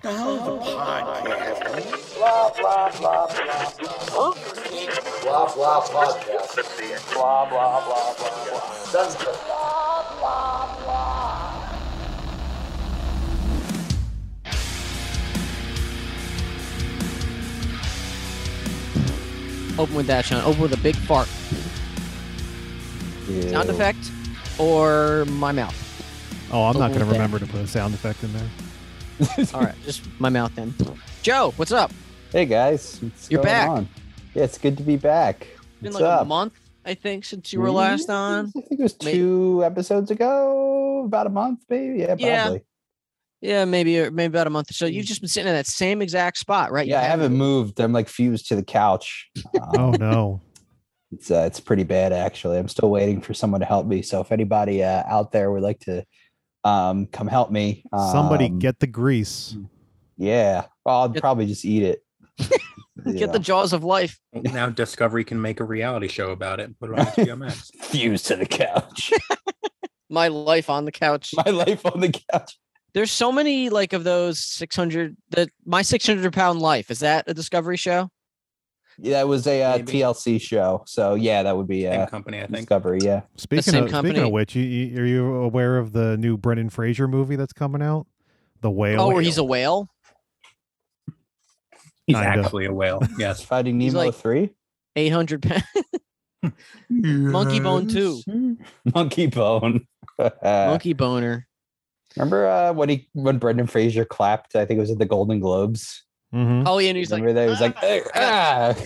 the hell's a podcast? Blah, blah, blah, blah, blah. Blah blah podcast. Blah, blah, blah, blah, blah. Sounds good. Open with that, Sean. Open with a big fart. Sound effect or my mouth? Oh, I'm not Open going to with that. remember to put a sound effect in there. All right, just my mouth then. Joe, what's up? Hey guys, what's You're going back. on? Yeah, it's good to be back. Been What's like up? a month, I think, since you were last on. I think it was May- two episodes ago, about a month, maybe. Yeah, probably. Yeah, Yeah, Yeah, maybe maybe about a month or so. Mm. You've just been sitting in that same exact spot, right? You I haven't moved. I'm like fused to the couch. Oh Um, no, it's uh, it's pretty bad actually. I'm still waiting for someone to help me. So if anybody uh, out there would like to um, come help me, somebody um, get the grease. yeah. Well, I'll Get- probably just eat it. You Get the know, jaws of life. Now Discovery can make a reality show about it and put it on HBO Max. fused to the couch. My life on the couch. My life on the couch. There's so many like of those 600. The my 600 pound life is that a Discovery show? Yeah, it was a uh, Maybe. TLC show. So yeah, that would be Same uh, company, I think. Discovery. Yeah. Speaking same of, speaking company. of which, you, you, are you aware of the new Brendan Fraser movie that's coming out? The Whale. Oh, where he's a whale. He's Kinda. actually a whale. Yes. Finding He's Nemo like- three, 800 pounds. Monkey Bone too. Monkey Bone. Monkey boner. Remember uh, when he when Brendan Fraser clapped? I think it was at the Golden Globes. hmm Oh yeah, and he's like, Remember that? He was like, "Eh, ah."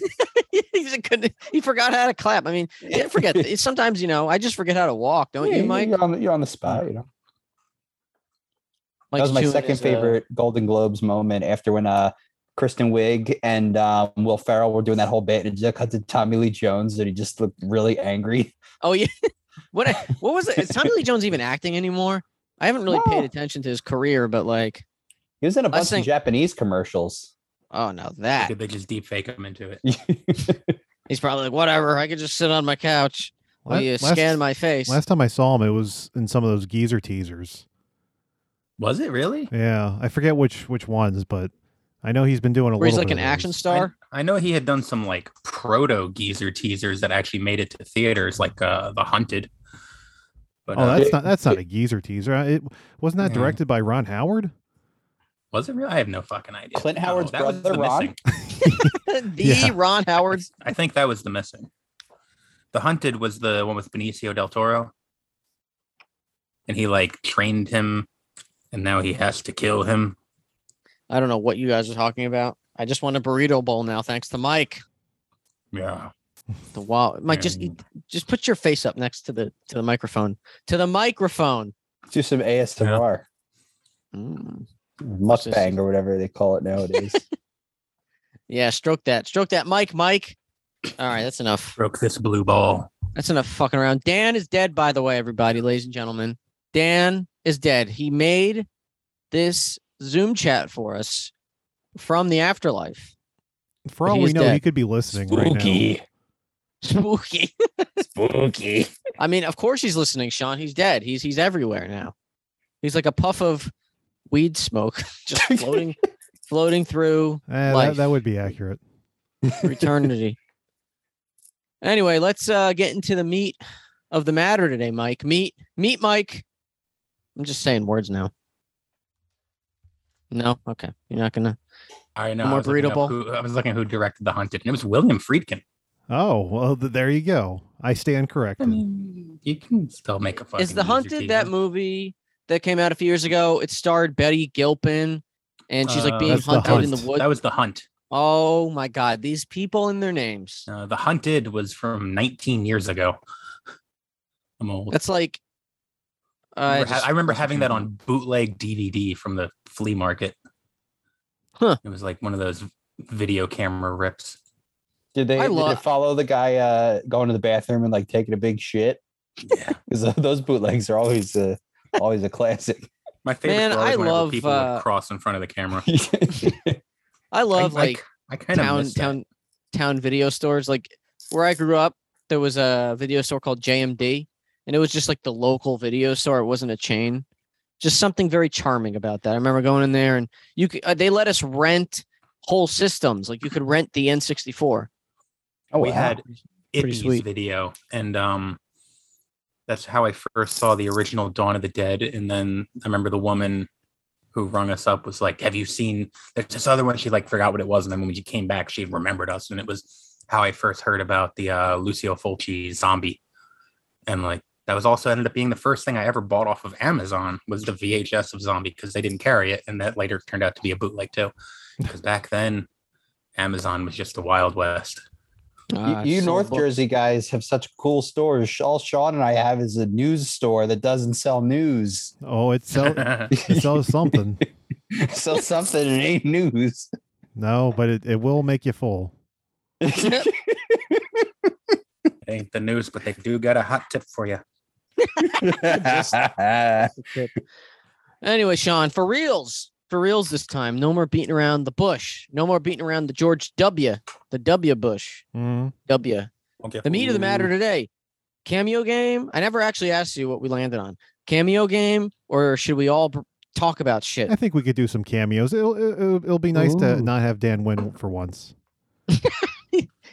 he just couldn't. He forgot how to clap. I mean, I forget. It's sometimes you know, I just forget how to walk, don't Yeah, you, Mike? Mm. You're on, the- you're on the spot. You know that Mike's was my chewing second his, uh, favorite Golden Globes moment after when uh Kristen Wiig and um, Will Ferrell were doing that whole bit, and it just cut to Tommy Lee Jones, and he just looked really angry. oh yeah. what what was it? Is Tommy Lee Jones even acting anymore? I haven't really paid No. attention to his career, but like, He was in a I bunch think- of Japanese commercials. oh no, that Did they just deep fake him into it? he's probably like, whatever. I could just sit on my couch. Will you scan my face? Last time I saw him, it was in some of those geezer teasers. Was it really? Yeah, I forget which which ones, but I know he's been doing a Where he's little like bit an of action those. star. I, I know he had done some like proto geezer teasers that actually made it to theaters, like uh, The Hunted. But Oh, uh, Mm. that's not that's not a geezer teaser. I- It wasn't that Yeah. directed by Ron Howard. was it real? I have no fucking idea. Clint Oh, Howard's that was brother, The Ron? Missing. the Yeah. Ron Howard. I think that was The Missing. The Hunted was the one with Benicio del Toro. And he like trained him and now he has to kill him. I don't know what you guys are talking about. I just want a burrito bowl now, thanks to Mike. Yeah. The wall, Mike, just eat, just put your face up next to the to the microphone, to the microphone. Do some ASMR, Mm. mukbang, or whatever they call it nowadays. Yeah, stroke that. Stroke that mic, Mike. All right, that's enough. Broke this blue ball. That's enough fucking around. Dan is dead, by the way, everybody, ladies and gentlemen. Dan is dead. He made this Zoom chat for us from the afterlife. For But all he's we know, he dead. could be listening right now. Eh, Spooky. Spooky. I mean, of course he's listening, Sean. He's dead. He's he's everywhere now. He's like a puff of weed smoke just floating floating through Eh, Life. that, that would be accurate. for eternity. anyway, let's uh, get into the meat of the matter today, Mike. Meat, meat, Mike. I'm just saying words now. No, okay, you're not gonna. I know. More I was, looking up breedable. who, I was looking who directed The Hunted and it was William Friedkin. Oh well, th- there you go. I stand I corrected. mean, you can still make a fucking Is the geezer Hunted that teaser. movie that came out a few years ago? It starred Betty Gilpin, and she's Uh, like being That's The hunted in the Hunt. woods. That was The Hunt. oh my God, these people and their names. Uh, the Hunted was from 19 years ago. I'm old. That's like. I Uh, Mm. remember, ha- I remember having that on bootleg DVD from the flea market. Huh. It was like one of those video camera rips. Did they, I did lo- they follow the guy uh, going to the bathroom and like taking a big shit? Yeah. Because those bootlegs are always a always a classic. My favorite Man, were always I whenever love, people uh, would cross in front of the camera. I love I- I- like I kind of town miss that. town town video stores. Like where I grew up, there was a video store called JMD, and it was just like the local video store. It wasn't a chain, just something very charming about that. I remember going in there and you could, uh, they let us rent whole systems. Like you could rent the N64. Oh, we wow. had Pretty Ippy's sweet. video, and um, that's how I first saw the original Dawn of the Dead. And then I remember the woman who rung us up was like, "Have you seen there's this other one?" She like forgot what it was, and then when she came back, she remembered us, and it was how I first heard about the uh, Lucio Fulci zombie, and like that was also ended up being the first thing I ever bought off of Amazon was the VHS of Zombie because they didn't carry it, and that later turned out to be a bootleg too, because back then. Amazon was just the Wild West. Ah, you you so North bu- Jersey guys have such cool stores. All Sean and I have is a news store that doesn't sell news. Oh, it sells it sells something. sell something that ain't news. No, but it, it will make you full. It ain't the news, but they do got a hot tip for you. Anyway, Sean, for reals, for reals this time. No more beating around the bush. No more beating around the George W. The W Bush. Mm. W. Okay. The meat of the matter today: cameo game. I never actually asked you what we landed on. Cameo game, or should we all br- talk about shit? I think we could do some cameos. It'll it'll, it'll be nice to Ooh. not have Dan win for once.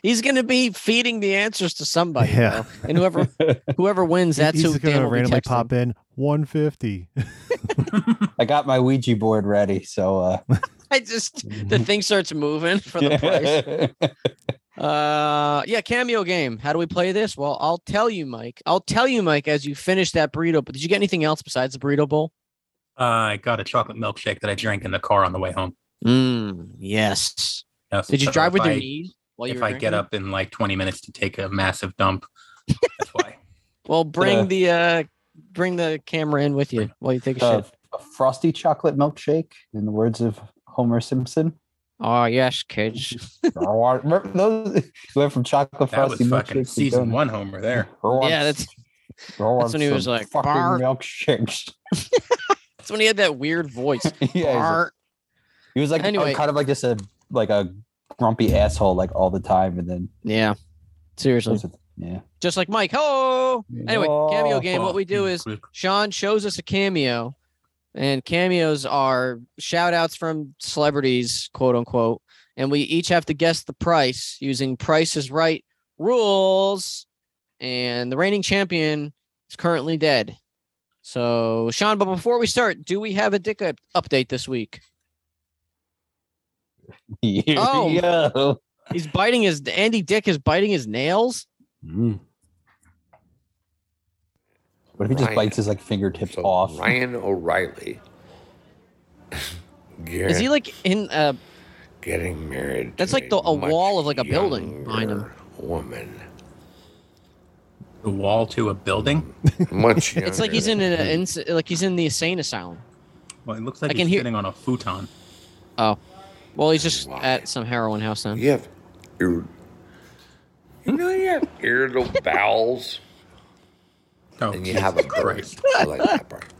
He's going to be feeding the answers to somebody. you Yeah. know? and whoever whoever wins, that's He's who gonna Dan will be randomly texting. pop in 150. I got my Ouija board ready, so uh, I just the thing starts moving for the price. Uh, yeah, cameo game. How do we play this? Well, I'll tell you, Mike. I'll tell you, Mike, as you finish that burrito. But did you get anything else besides the burrito bowl? Uh, I got a chocolate milkshake that I drank in the car on the way home. Mm, yes. Yes, Did you so drive with if your I- knees while you If were I get drinking? up in like 20 minutes to take a massive dump, that's why. Well, bring Uh, the uh bring the camera in with you while you take a Oh. Uh, shit. a frosty chocolate milkshake, in the words of Homer Simpson. Oh yes, kids. Remember those went from chocolate That was frosty fucking milkshake season one homer there. Yeah, that's that's when he was like, fucking "Bark." milkshakes. that's when he had that weird voice. yeah, he's like- Arr. He was like Anyway. kind of like just a like a grumpy asshole like all the time, and then yeah. Seriously. yeah. Just like Mike. Oh anyway, cameo Oh, game. What we do is Click. Sean shows us a cameo, and cameos are shout outs from celebrities, quote unquote. And we each have to guess the price using Price is Right rules. And the reigning champion is currently dead. So, Sean, but before we start, do we have a dick up- update this week? Oh. Yo. He's biting his Andy Dick is biting his nails. hmm. What if he just Ryan. bites his like fingertips So off? Ryan O'Reilly. Garrett Is he like in? Uh, getting married? That's to like the- a much wall of, like, a building behind him. younger Woman. The wall to a building. Mm. Much younger. it's like he's in than an him. ins like he's in the insane asylum. Well, it looks like I he's can hear- sitting on a futon. Oh, well, he's just at some heroin house then. You have. ir- You know, you have irritable bowels. Oh, and you Jesus have a bird. Christ. I like that part.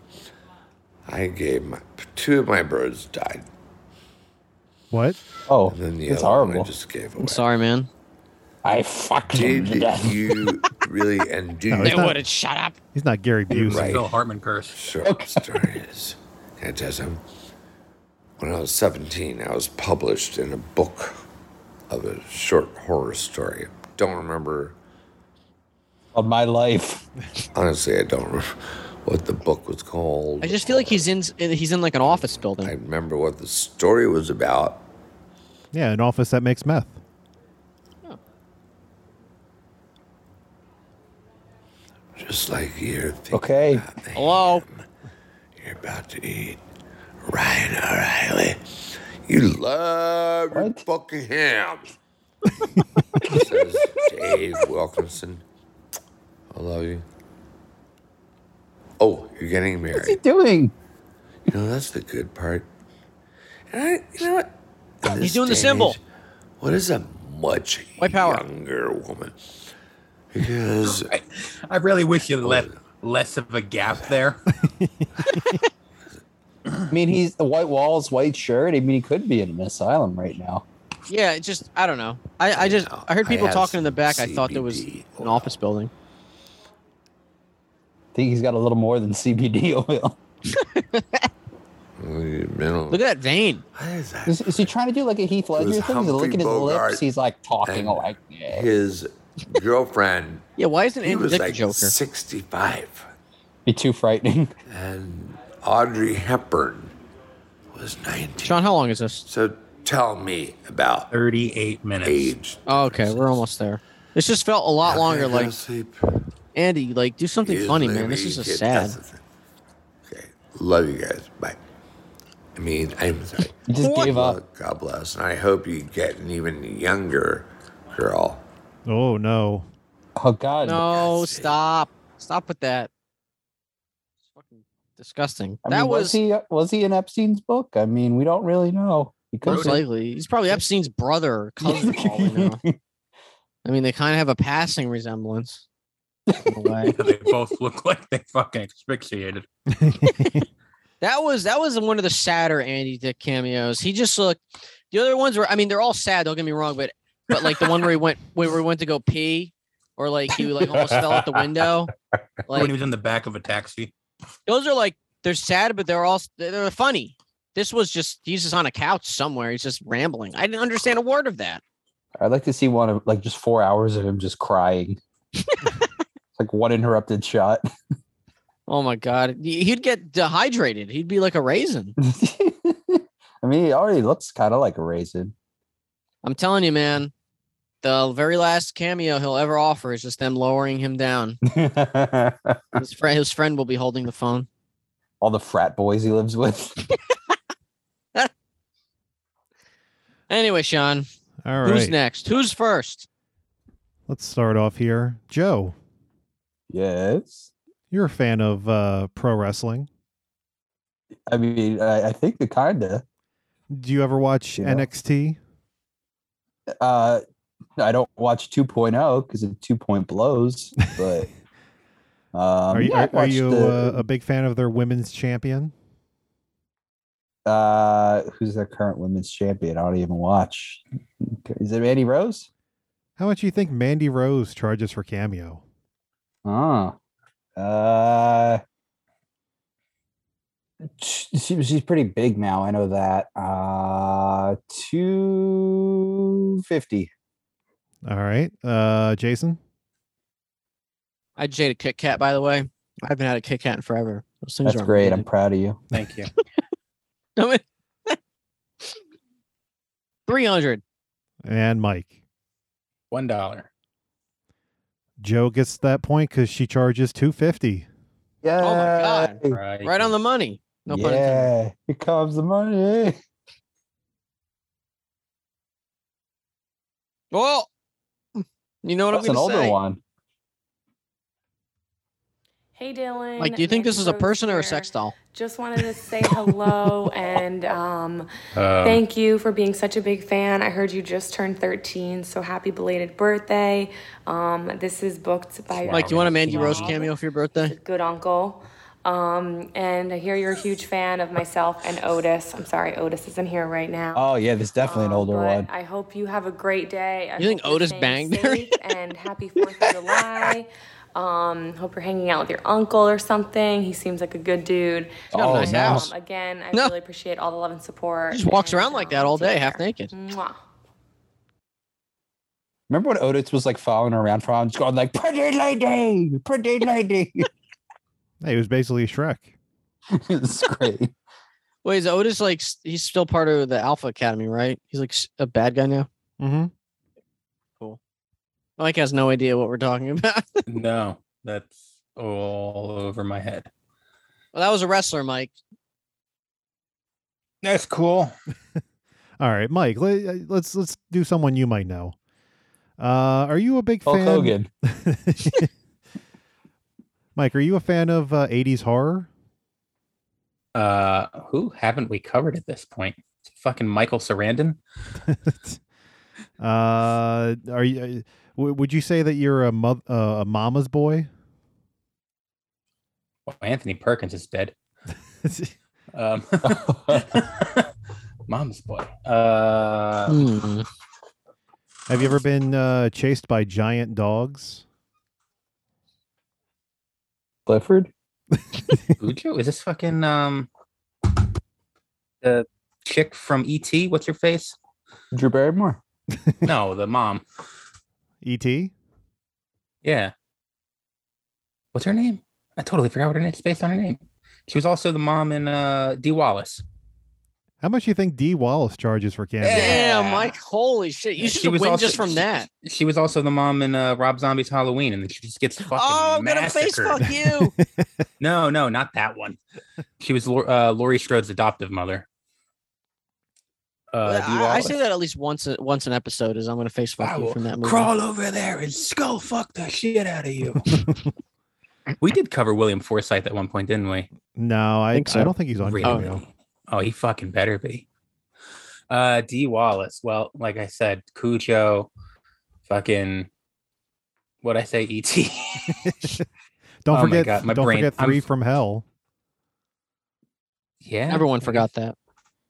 I gave my two of my birds died. What? Oh, And then the it's other horrible. one I just gave away. I'm sorry, man. I fucked him Did to death. you really and do It's They you not- would have shut up. He's not Gary Busey. Right. Phil Hartman curse. short story is? Can I tell you something? When I was 17, I was published in a book of a short horror story. Don't remember, Of my life. honestly, I don't remember what the book was called. I just feel like he's in he's in like an office I building. remember what the story was about. Yeah, an office that makes meth. Just like you're thinking Okay. about me. Hello. You're about to eat Ryan O'Reilly. You love your What? fucking ham. says Dave Wilkinson. I love you. Oh, you're getting What's he married. doing? You know, that's the good part. And I, you know what? In this doing the day and symbol. age, What is a much White power. younger woman? Because I, I really wish you left Oh. less of a gap there. I mean, he's the white walls, white shirt. I mean, he could be in an asylum right now. Yeah, it just I don't know. I, I just I heard I people have talking in the back. I some thought there was CBD an office building. I think he's got a little more than CBD oil. You know, Look at that vein. what is that? Is, is he trying to do like a Heath Ledger was thing? He's Humphrey licking his Bogart lips. He's like talking and like, yeah. His girlfriend. Yeah, why isn't he Andrew was Dick like the Joker? 65, be too frightening. and Audrey Hepburn was 19. Sean, how long is this? So tell me about 38 minutes. age. Oh, okay, we're almost there. This just felt a lot longer. Like Andy, like do something funny, man. This is just sad. Okay, love you guys. Bye. I mean, I'm sorry. He just What? gave up. God bless, and I hope you get an even younger girl. Oh no. Oh God. No, stop, stop with that. It's fucking disgusting. I mean, that was, was, he was he in Epstein's book? I mean, we don't really know. He could most be. likely. He's probably Epstein's brother, or cousin. for all we know. I mean, they kind of have a passing resemblance. in a way. they both look like they fucking asphyxiated. That was that was one of the sadder Andy Dick cameos. He just looked. The other ones were, I mean, they're all sad. Don't get me wrong, but but like the one where he went where we went to go pee, or like he like almost fell out the window. when he Like was in the back of a taxi. those are like they're sad, but they're all they're they're funny. This was just he's just on a couch somewhere. He's just rambling. I didn't understand a word of that. I'd like to see one of like just four hours of him just crying. It's like one interrupted shot. Oh my god, He- he'd get dehydrated. He'd be like a raisin. I mean, he already looks kind of like a raisin. I'm telling you, man. The very last cameo he'll ever offer is just them lowering him down. His friend, his friend will be holding the phone. All the frat boys he lives with. Anyway, Sean, All who's right. next? Who's first? Let's start off here. Joe, yes. you're a fan of uh, pro wrestling. I mean, I, I think the kinda. Do you ever watch Yeah. NXT? Uh, I don't watch 2.0 because of two point blows, but um, are you yeah, I are, are watched you uh, the, a big fan of their women's champion? uh, who's their current women's champion? I don't even watch. Is it Mandy Rose? How much do you think Mandy Rose charges for cameo? Ah, uh, she, she- she's pretty big now. I know that. Uh, two fifty. All right, uh, Jason. I had Jade a Kit Kat, by the way. I haven't had a Kit Kat in forever. Those things That's are great. I'm amazing. proud of you. Thank you. I mean- 300. and Mike. One dollar. Joe gets that point because she charges two fifty. Yeah. Oh God. Right. Right on the money. No pun intended. yeah. Here comes the money. Well, you know what That's I'm an going older to say? one. Hey Dylan. Like, do you think Nancy this is a Rose person or here. a sex doll? Just wanted to say hello and um, Um, thank you for being such a big fan. I heard you just turned 13, so happy belated birthday. Um, this is booked by Mike, do you want a Mandy Mom. Rose cameo for your birthday? Good uncle. Um, and I hear you're a huge fan of myself and Otis. I'm sorry, Otis isn't here right now. Oh yeah, there's definitely an Um, older but one. I hope you have a great day. I You think hope you're Otis staying banged safe her? and happy Fourth of July. Um, hope you're hanging out with your uncle or something. He seems like a good dude. She's got a Oh, nice no. house. Um, again, I No. really appreciate all the love and support. She just walks and, around like um, that all take day, half care. naked. Mwah. Remember when Otis was like following her around for him, just going like "Pretty lady, pretty lady." Hey, it was basically Shrek. it's great. Wait, is Otis like, s- he's still part of the Alpha Academy, right? He's like s- a bad guy now? Mm-hmm. Mike has no idea what we're talking about. No, that's all over my head. well, that was a wrestler, Mike. That's cool. All right, Mike. Let, let's let's do someone you might know. Uh, are you a big Hulk fan? Hogan. Mike, are you a fan of uh, '80s horror? Uh, who haven't we covered at this point? Fucking Michael Sarandon. Oh, uh, are you? uh, W- would you say that you're a mo- uh, a mama's boy? Well, Anthony Perkins is dead. Um, mom's boy. Uh, Hmm. Have you ever been uh, chased by giant dogs? Clifford. Cujo? Is this fucking um the chick from ET? What's your face? Drew Barrymore. No, the mom. E.T. Yeah. What's her name? I totally forgot what her name. It's based on her name. She was also the mom in uh D Wallace. How much do you think D. Wallace charges for candy? Yeah. Damn, Mike! Holy shit! You Yeah, should win just from she- that. She was also the mom in uh, Rob Zombie's Halloween, and then she just gets fucking Oh, I'm gonna face massacred. fuck you. No, no, not that one. She was Lor- uh, Laurie Strode's adoptive mother. Uh, D. I- I, I Wallace. say that at least once a, once an episode is I'm gonna face fuck I you will from that movie. Crawl over there and skull fuck the shit out of you. we did cover William Forsythe at one point, didn't we? No, I, Think so. I don't think he's on Really? cameo. Oh, he fucking better be. Uh D Wallace. Well, like I said, Cujo, fucking what I say, ET. Don't Oh my forget, God, my don't brain. forget I'm- 3 from Hell. yeah. Everyone forgot that.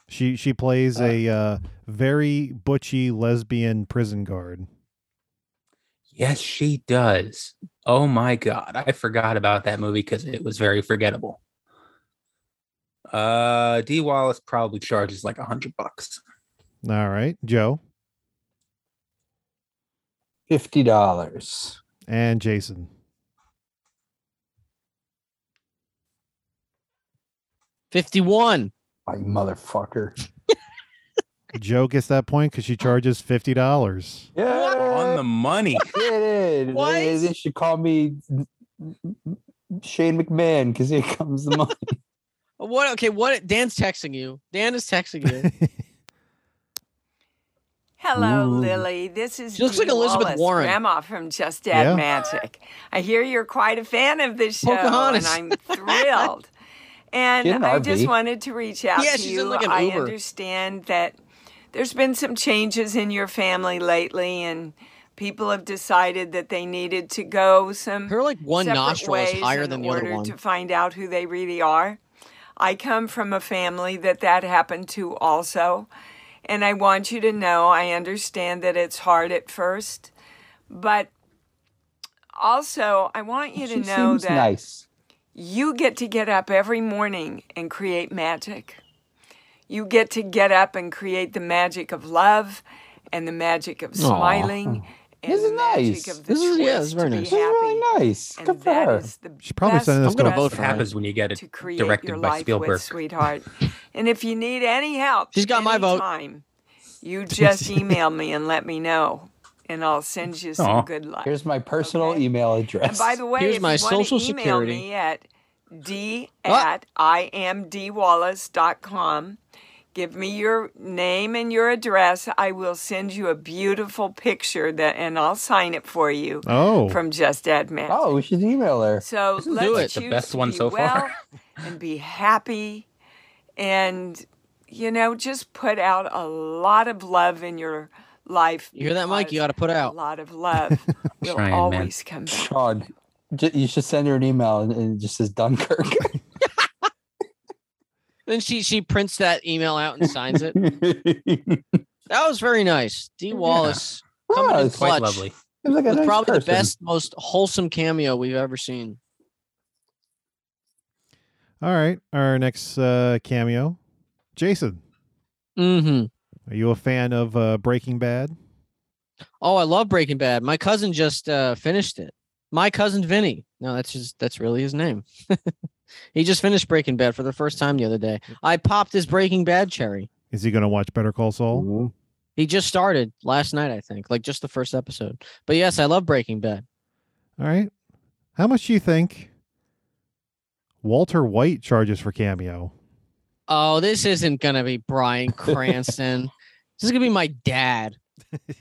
She she plays a uh, very butchy lesbian prison guard. Yes, she does. Oh my god, I forgot about that movie because it was very forgettable. Uh D Wallace probably charges like a hundred bucks. All right, Joe Fifty dollars. and Jason. Fifty one. My motherfucker. Joe gets that point because she charges fifty dollars. On the money. Get in. What? They, they should call me Shane McMahon because here comes the money. What? Okay. What? Dan's texting you. Dan is texting you. Hello, Ooh. Lily. This is She looks Dee like Elizabeth Wallace, Warren. Grandma from Just Add Yeah. Magic. I hear you're quite a fan of this show, Pocahontas. and I'm thrilled. And Get an I just RV. wanted to reach out Yeah, to she's in you. like an I Uber. understand that there's been some changes in your family lately, and people have decided that they needed to go some Her like one separate nostril is ways higher in than the order other one. to find out who they really are. I come from a family that that happened to also, and I want you to know I understand that it's hard at first, but also I want you to she know seems that nice. you get to get up every morning and create magic. You get to get up and create the magic of love and the magic of smiling and This the is magic nice. of the This is- yeah, choice this is very to be nice. She's really nice. happy. Good And for that her. is the She's probably best sending this I'm gonna dress vote What for her. happens when you get it to create your directed by life Spielberg? with, sweetheart. and if you need any help, She's got my vote. anytime, You just email me and let me know, and I'll send you some Aw. good luck. Here's my personal Okay. email and address. by the way, Here's if my you wanna Social email Security. me at d Ah. at imdwallace.com. Give me your name and your address. I will send you a beautiful picture that, and I'll sign it for you Oh, from Just Add Magic. oh, we should email her. So This is let's do it. choose The best to one be so well far. and be happy, and you know, just put out a lot of love in your life. You hear that, Mike? You because got to put a out. lot of love will Trying, man. always come back. Sean, j- you should send her an email and, and it just says Dunkirk. Then she she prints that email out and signs it. That was very nice. D. Wallace coming Wow, in it's Quite clutch. lovely. Seems like a With nice probably the person. best, most wholesome cameo we've ever seen. all right. Our next uh, cameo, Jason. Mm-hmm. Are you a fan of uh, Breaking Bad? Oh, I love Breaking Bad. My cousin just uh, finished it. My cousin Vinny. No, that's just that's really his name. he just finished Breaking Bad for the first time the other day. I popped his Breaking Bad cherry. Is he going to watch Better Call Saul? Mhm. He just started last night, I think, like just the first episode. But yes, I love Breaking Bad. All right. How much do you think Walter White charges for cameo? Oh, this isn't gonna be Brian Cranston. this is gonna be my dad,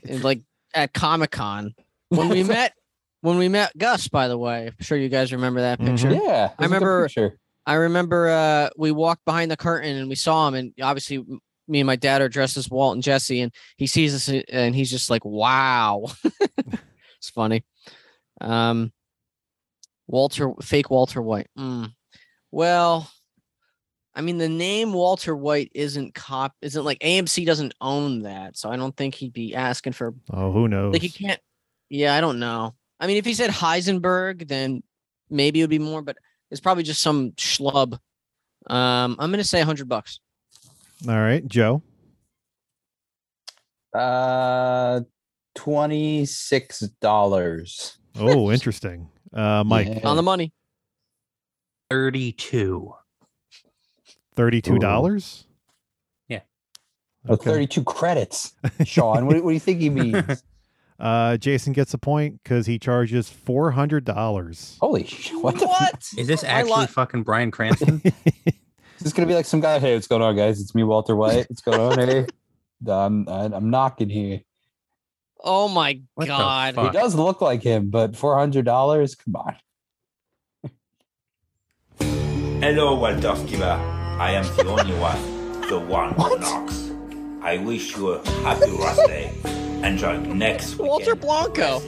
and, like at Comic Con when we met. When we met Gus, by the way, I'm sure you guys remember that Mhm. picture. Yeah, there's a good remember- picture. I remember uh, we walked behind the curtain and we saw him, and obviously m- me and my dad are dressed as Walt and Jesse, and he sees us a- and he's just like, "Wow, it's funny." Um, Walter, fake Walter White. Mm. Well, I mean, the name Walter White isn't cop, isn't like AMC doesn't own that, so I don't think he'd be asking for Oh, who knows? like he can't. Yeah, I don't know. I mean, if he said Heisenberg, then maybe it would be more. But is probably just some schlub. Um, I'm gonna say hundred bucks. All right, Joe. Uh, twenty six dollars. Oh, interesting. Uh, Mike, On the money. 32. thirty-two dollars. Yeah. Okay. thirty two credits. Sean, what, do- what do you think he means? Uh, Jason gets a point because he charges four hundred dollars. Holy shit! What? The f- Is this I actually li- fucking Brian Cranston? is this gonna be like some guy? Hey, what's going on, guys? It's me, Walter White. What's going on? Hey, I'm I- I'm knocking here. Oh my What the god. He fuck? does look like him, but four hundred dollars? Come on. Hello, Waldorfgiver. I am the only one, the one who knocks. I wish you a happy rest day. Enjoy next weekend. Walter Blanco.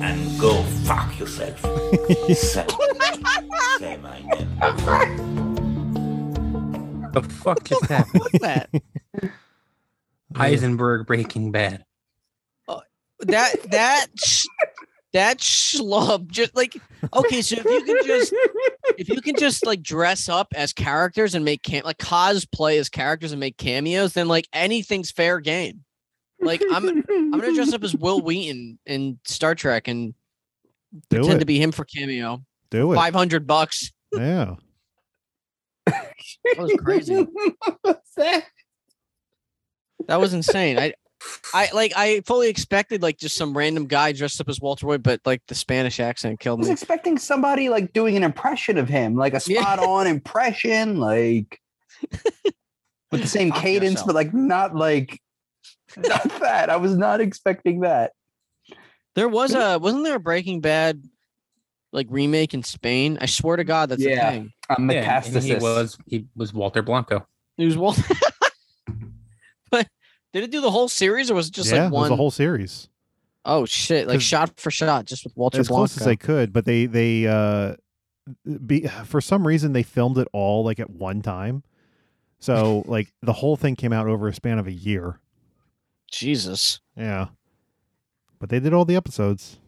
And go fuck yourself. say, say my name. the fuck just happened? What's that? Heisenberg Breaking Bad. that that sh- that schlub just like okay so if you can just if you can just like dress up as characters and make cam like cosplay as characters and make cameos then like anything's fair game like i'm i'm gonna dress up as will wheaton in star trek and Do pretend it. to be him for cameo Do it. 500 bucks Yeah. that was crazy What's that? that was insane i I like I fully expected like just some random guy dressed up as Walter White, but like the Spanish accent I killed was me. expecting somebody like doing an impression of him, like a Yeah. spot on impression, like with the same Fuck cadence, yourself. but like not like not that. I was not expecting that. There was a wasn't there a Breaking Bad like remake in Spain? I swear to God, that's Yeah. the thing. A Yeah, and metastasis. he was he was Walter Blanco. It was one, but did it do the whole series or was it just like yeah. It one was a oh whole series. shit, like 'cause- shot for shot, just with Walter as Blanco. close as they could, but they they uh be for some reason they filmed it all like at one time. So like the whole thing came out over a span of a year. Jesus. Yeah. But they did all the episodes.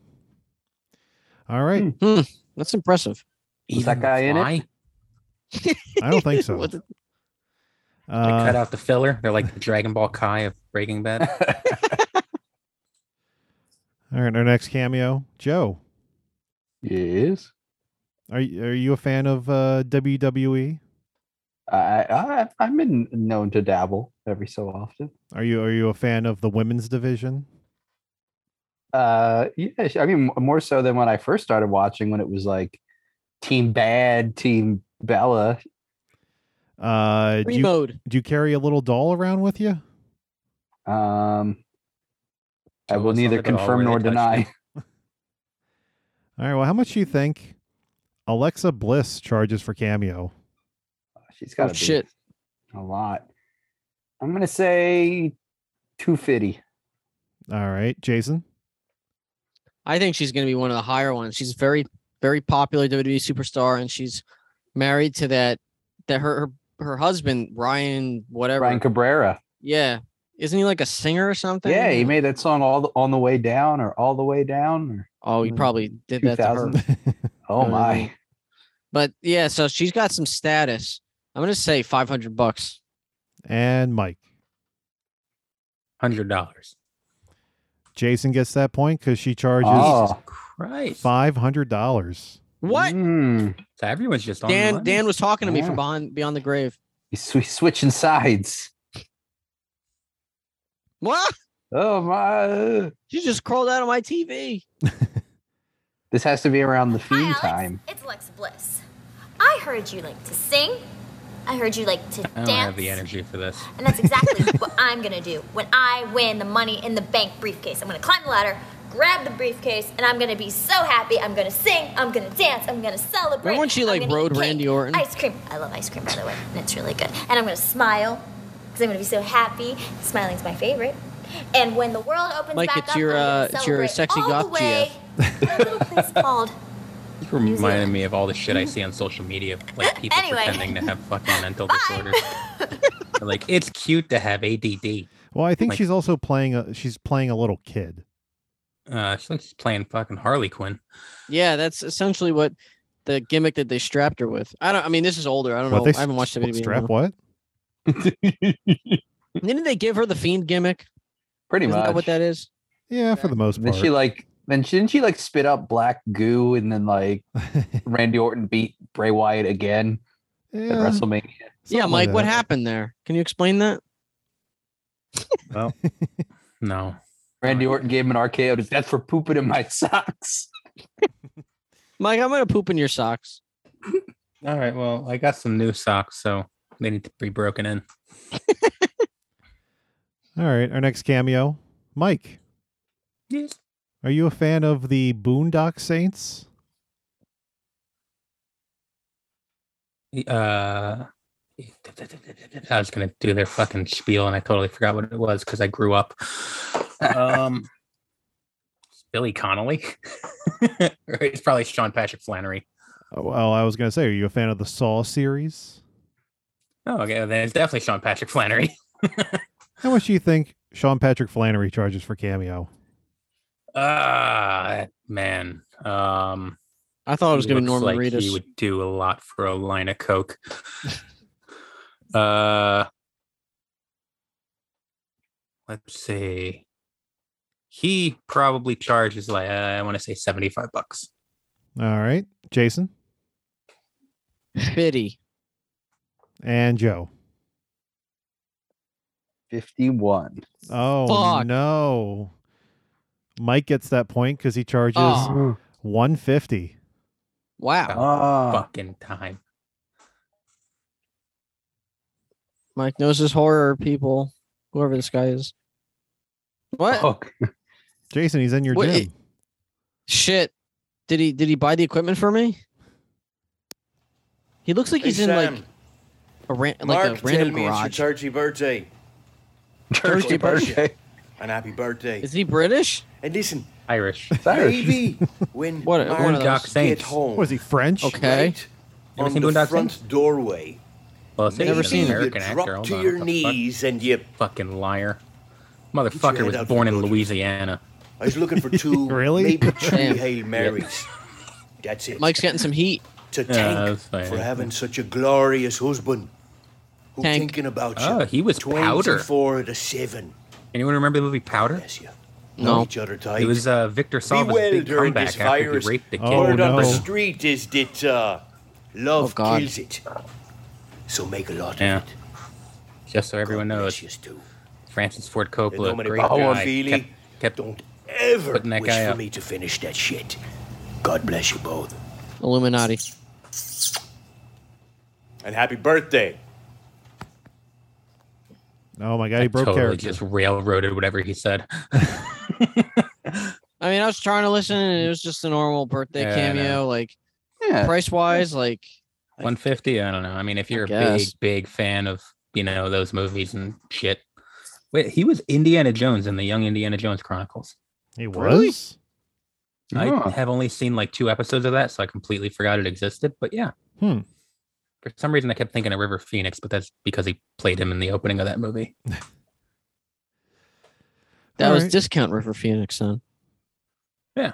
All right. Hmm. That's impressive. Was that guy in it? in it? I don't think so. What the- They Uh, cut out the filler. They're like the Dragon Ball Kai of Breaking Bad. all right, our next cameo, Joe. yes. Are you, are you a fan of uh, WWE? I, I I've been known to dabble every so often. Are you are you a fan of the women's division? Uh, yeah, I mean more so than when I first started watching, when it was like Team Bad, Team Bella. Uh, do Free you, mode. do you carry a little doll around with you? Um, I Tell will us neither something about confirm where nor they touched deny. All right. Well, how much do you think Alexa Bliss charges for cameo? She's Oh got shit. a lot. I'm gonna say two fifty. All right, Jason. I think she's gonna be one of the higher ones. She's a very, very popular WWE superstar, and she's married to that that her her, her husband, Ryan whatever. Brian Cabrera. Yeah. Isn't he like a singer or something? Yeah, he made that song all the, on the way down or all the way down or Oh, he Mm. probably did that to her. 2000. oh Mhm. my. But yeah, so she's got some status. I'm gonna say 500 bucks. and Mike. Hundred dollars. Jason gets that point because she charges Oh, Christ. five hundred dollars. What? mm. So everyone's just on. Dan Dan was talking to me Yeah. from behind beyond the grave. He's sw- switching sides. What? Oh my. She just crawled out of my TV. This has to be around the Hi, feed Alex. time. It's Lex Bliss. I heard you like to sing. I heard you like to I don't dance. have the energy for this. And that's exactly what I'm gonna do when I win the money in the bank briefcase. I'm gonna climb the ladder, grab the briefcase, and I'm gonna be so happy. I'm gonna sing. I'm gonna dance. I'm gonna celebrate. Remember when she, I'm like, gonna eat rode cake, Randy Orton? Ice cream. I love ice cream, by the way, and it's really good. And I'm gonna smile because I'm gonna be so happy. Smiling's my favorite. And when the world opens Mike, back it's up, your, I'm gonna uh, it's your celebrate sexy all the goth way to a little place called You reminded Zealand. me of all the shit I see on social media, like people Anyway. pretending to have fucking mental Bye. disorders. They're like it's cute to have ADD. Well, I think Mike. she's also playing a she's playing a little kid. Uh, she's like she's playing fucking Harley Quinn. Yeah, that's essentially what the gimmick that they strapped her with. I don't. I mean, this is older. I don't What, know. they I haven't watched the s- video. in a Strap while. what? Didn't they give her the fiend gimmick? Pretty Isn't much. That what that is? Yeah, for the most Then part. she like then she didn't she like spit up black goo and then like Randy Orton beat Bray Wyatt again at Yeah. WrestleMania. Something yeah, Mike. like what that. happened there? Can you explain that? Well, no. Randy Orton gave him an RKO. Just, That's for pooping in my socks. Mike, I'm gonna poop in your socks. All right. Well, I got some new socks, so they need to be broken in. All right, our next cameo, Mike. Yes. Are you a fan of the Boondock Saints? Uh, I was gonna do their fucking spiel, and I totally forgot what it was because I grew up. Um, it's Billy Connolly. it's probably Sean Patrick Flannery. Oh, Well, I was gonna say, are you a fan of the Saw series? Oh, okay. Then it's definitely Sean Patrick Flannery. How much do you think Sean Patrick Flannery charges for cameo? Ah, man. Um, I thought it was gonna be looks Norman like He Reedus. would do a lot for a line of coke. uh, let's see. He probably charges like uh, I want to say seventy-five bucks. All right, Jason Fitty. and Joe. Fifty-one. Oh Fuck. no, Mike gets that point because he charges Oh. one fifty. Wow. Ah. Fucking time. Mike knows his horror people. Whoever this guy is. What? Jason, he's in your Wait. gym. Shit. Did he did he buy the equipment for me? He looks like Hey, he's in like Sam. a, ran- Mark like a random me it's garage. your churchy birthday. Churchy birthday. And happy birthday. Is he British? And listen, Irish. maybe when What a- Mark one of those. gets Saints. home, What is he French? Okay. on the front doorway, Well, it's Maybe never seen an you American drop actor. Hold to on, your what the fuck? knees and you fucking liar. head Motherfucker was out born in Louisiana. I was looking for two, Really? maybe two Damn. Hail Marys. That's it. Mike's getting some heat. To Yeah, tank that's fine. for having such a glorious husband. Who thinking about you? Oh, he was powder. Twenty-four to seven. Anyone remember the movie Powder? Know each other tight. It was uh, Victor Be Salva's well big during comeback this after virus. he raped the kid. Oh, Word Oh, on the street is that uh, love God. kills it. So make a lot Yeah. of it. Just so everyone knows, Francis Ford Coppola, Nobody great power guy, feeling. kept, kept Ever putting that wish guy for up. me to finish that shit. God bless you both. Illuminati. And happy birthday. Oh my god, he broke totally character. just railroaded whatever he said. I mean, I was trying to listen, and it was just a normal birthday Yeah, I cameo. know. Like price wise, like 150. I don't know. I mean, if you're a big, guess. big fan of you know those movies and shit. Wait, he was Indiana Jones in the Young Indiana Jones Chronicles. He was. Really? I Yeah. have only seen like two episodes of that, so I completely forgot it existed. But yeah, Hmm. for some reason I kept thinking of River Phoenix, but that's because he played him in the opening of that movie. that All was right. discount River Phoenix son. Yeah.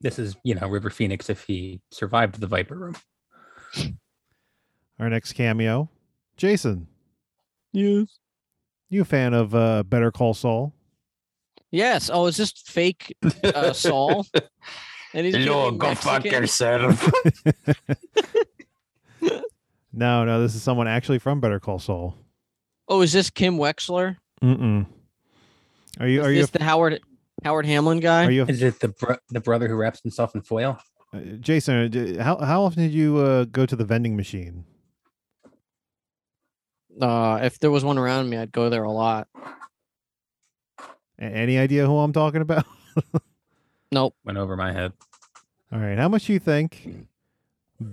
This is, you know, River Phoenix if he survived the Viper Room. Our next cameo, Jason. Yes. You a fan of uh, Better Call Saul? Yes. Oh, is this fake uh, Saul? And he's Hello, gonna be go fuck Mexican? yourself. No, no, this is someone actually from Better Call Saul. oh, is this Kim Wexler? Mm-mm. Are you? Is Are you? this the Howard Howard Hamlin guy? Are you a- Is it the bro- the brother who wraps himself in foil? uh, Jason, uh, d- how how often did you uh, go to the vending machine? Uh, if there was one around me, I'd go there a lot. A- any idea who I'm talking about? Nope. Went over my head. All right, how much do you think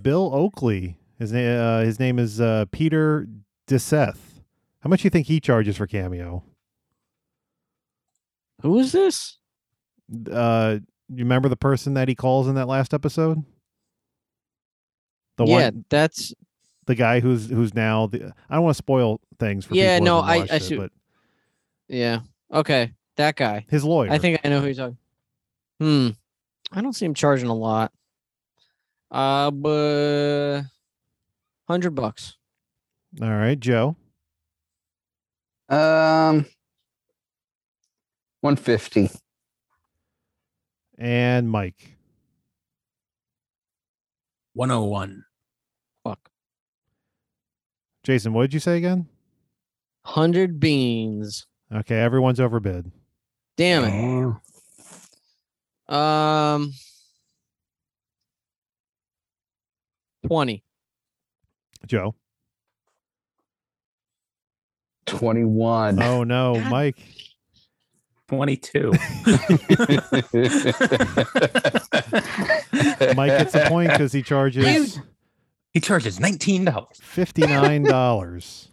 Bill Oakley? His name uh, his name is uh, Peter DeSeth. How much do you think he charges for cameo? Who is this? Uh, you remember the person that he calls in that last episode? The yeah, one, that's the guy who's who's now the. I don't want to spoil things for yeah. people who No, I haven't watched I it, see. but Yeah. Okay, that guy. his lawyer. I think I know who you're talking. Hmm. I don't see him charging a lot. Uh, but hundred bucks. All right, Joe. Um, one fifty. And Mike. 101. Jason, what did you say again? Hundred beans. Okay, everyone's overbid. Mm. Damn it. Um, twenty. Joe. 21. Oh no, Mike. 22. Mike gets a point because he charges He charges nineteen dollars. fifty nine dollars.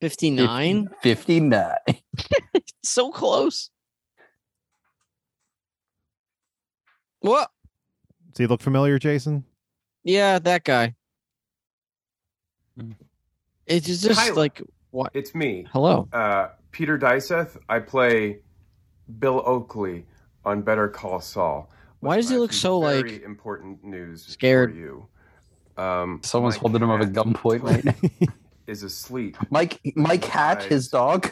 Fifty nine. 59. So close. What? Does he look familiar, Jason? Yeah, that guy. It's just Tyler. like what? It's me. Hello. Uh, Peter Dyseth. I play Bill Oakley on Better Call Saul. Why does he look so very like important news scared? for you. Um, Someone's holding him up at gunpoint right now. is asleep, Mike Mike Hat, his dog.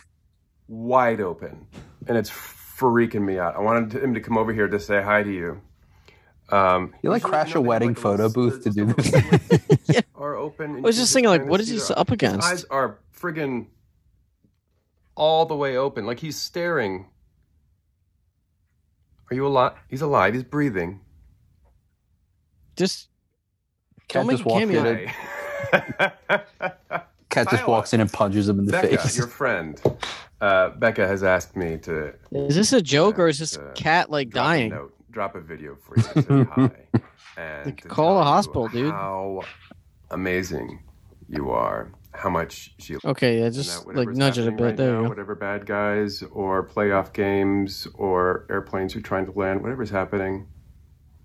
wide open, and it's freaking me out. I wanted him to come over here to say hi to you. Um, You like crash a wedding photo booth to do this. are open. and I was you just can thinking, like, kinda what is see this their- up his against? Eyes are friggin' all the way open, like he's staring. Are you alive? He's alive. He's breathing. Just Cat just walks in. And, Cat just walks in and punches him in the Becca, face. your friend, uh, Becca has asked me to Is this a joke or is this uh, cat like dying? drop a video for you to say hi and to Call tell the you hospital, dude. How amazing you are! How much she Okay, yeah, and just, that like, whatever's nudge it a happening bit. There you go. Whatever bad guys or playoff games or airplanes you're trying to land, whatever's happening.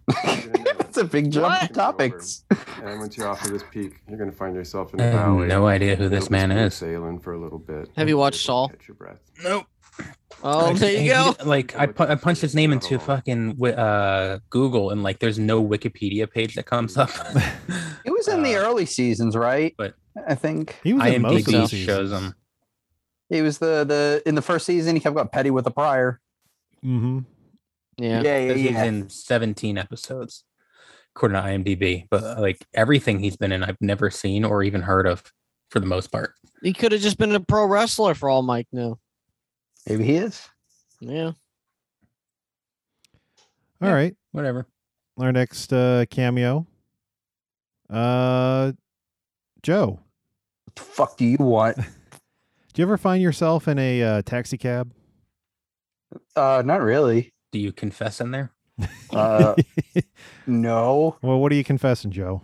That's a big jump of topics. And once you're off of this peak, you're gonna find yourself in I a have valley. no idea who this Nobody's man gonna is. Sailing for a little bit. Have you watched Saul? Nope. Oh, Like, there you I- go. Like I, pu- I punched his name into fucking wi- uh, Google, and like there's no Wikipedia page that comes up. It was Uh, in the early seasons, right? But I think He was in most of the IMDb seasons. shows him. He was the the in the first season. He kept got petty with the prior. Mm-hmm. Yeah, Yeah, yeah, Because yeah. He's in 17 episodes, according to IMDb. But uh, like everything he's been in, I've never seen or even heard of, for the most part. He could have just been a pro wrestler for all Mike knew. Maybe he is. Yeah. All right. Whatever. Our next uh, cameo. Uh, Joe. What the fuck do you want? Do you ever find yourself in a uh, taxi cab? Uh, not really. Do you confess in there? Uh, no. Well, what are you confessing, Joe?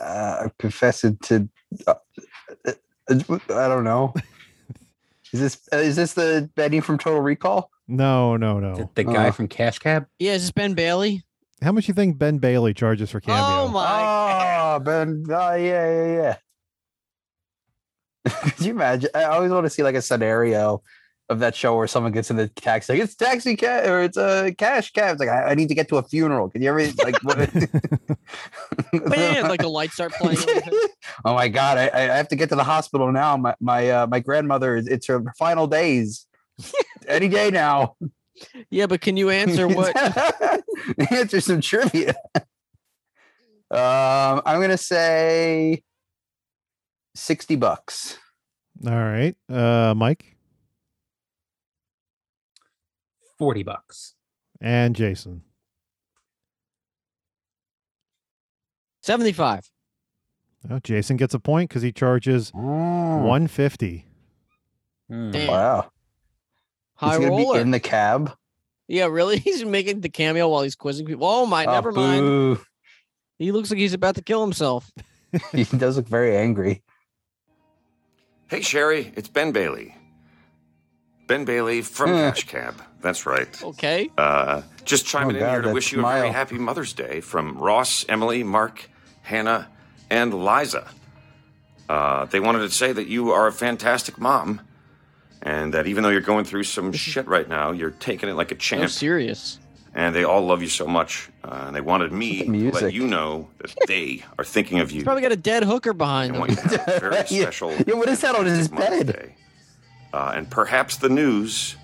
Uh, I confessed to. Uh, uh, uh, I don't know. Is this uh, is this the Benny from Total Recall? No, no, no. The Uh, guy from Cash Cab. Yeah, is this Ben Bailey? How much you think Ben Bailey charges for cameo? Oh my! Oh, Ben. Oh, yeah, yeah, yeah. Could you imagine? I always want to see like a scenario of that show where someone gets in the taxi, like it's taxi cab or it's a cash cab. It's like I, I need to get to a funeral. Can you ever like? what- Man, like the lights start playing. oh my god, I, I have to get to the hospital now. My my uh, my grandmother is it's her final days. Any day now. yeah, but can you answer what? Answer some trivia. Um, I'm gonna say sixty bucks. All right. Uh, Mike 40 bucks. and Jason. Seventy-five. Oh, Jason gets a point because he charges Mm. one fifty. Damn. Wow. High Is he gonna roller. be in the cab? yeah, really? He's making the cameo while he's quizzing people. Oh my! Oh, never mind. boo. He looks like he's about to kill himself. he does look very angry. Hey, Sherry, it's Ben Bailey. Ben Bailey from Yeah. Cash Cab. That's right. Okay. Uh, just chiming Eh. Oh, in God, here to that wish you a very smile. happy Mother's Day from Ross, Emily, Mark, Hannah, and Liza. Uh, they wanted to say that you are a fantastic mom, and that even though you're going through some shit right now, you're taking it like a champ. serious. and they all love you so much, uh, and they wanted me to let music. you know that they are thinking of you. He's probably got a dead hooker behind him. Very special. Yeah, what is that on his bed? uh, and perhaps the news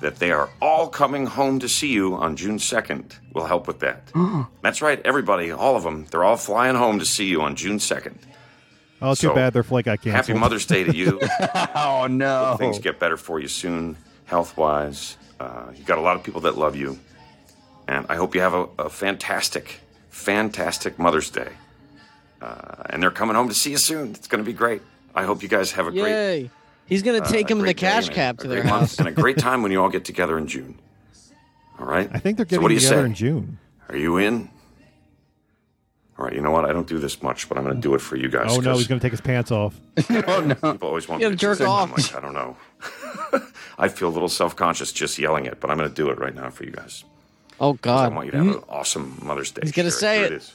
that they are all coming home to see you on June 2nd will help with that. Oh, That's right, everybody, all of them, they're all flying home to see you on June 2nd. Oh, too So, bad their flight got canceled. Happy Mother's Day to you. oh, no. Things get better for you soon, health wise. Uh, you got a lot of people that love you. And I hope you have a, a fantastic, fantastic Mother's Day. Uh, and they're coming home to see you soon. It's going to be great. I hope you guys have a great Yay. He's going to uh, take him in the great day cash and a- cab a to great their month house. and a great time when you all get together in June. All right. I think they're So getting what do you together say? in June. Are you in? All right. You know what? I don't do this much, but I'm going to do it for you guys. Oh no, 'cause he's going to take his pants off. People always want You me to gotta jerk do this, and off. I'm like, I don't know. I feel a little self-conscious just yelling it, but I'm going to do it right now for you guys. Oh 'Cause God! I want you to Mm-hmm. have an awesome Mother's Day. He's gonna Sure, say here it. it is.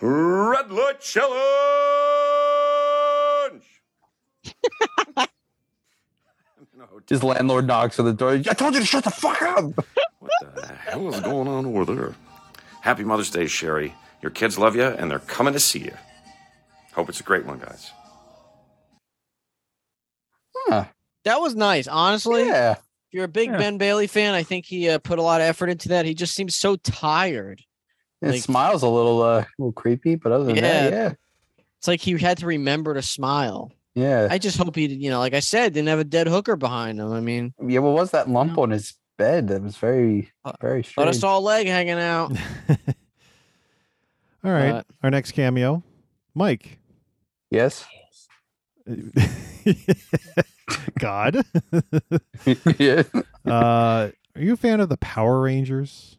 Red light challenge. His landlord knocks on the door. I told you to shut the fuck up. hell is going on over there? Happy Mother's Day, Sherry. Your kids love you, and they're coming to see you. Hope it's a great one, guys. That was nice, honestly. Yeah. If you're a big Yeah. Ben Bailey fan, I think he uh, put a lot of effort into that. He just seems so tired. It Like- smiles a little, uh, a little creepy, but other than that, yeah, It's like he had to remember to smile. yeah. I just hope he, you know, like I said, didn't have a dead hooker behind him. I mean, yeah, what was that lump on his bed? That was very, very Uh, but I strange. saw a leg hanging out. All right, But- our next cameo, Mike. Yes. God. yeah. Uh, are you a fan of the Power Rangers?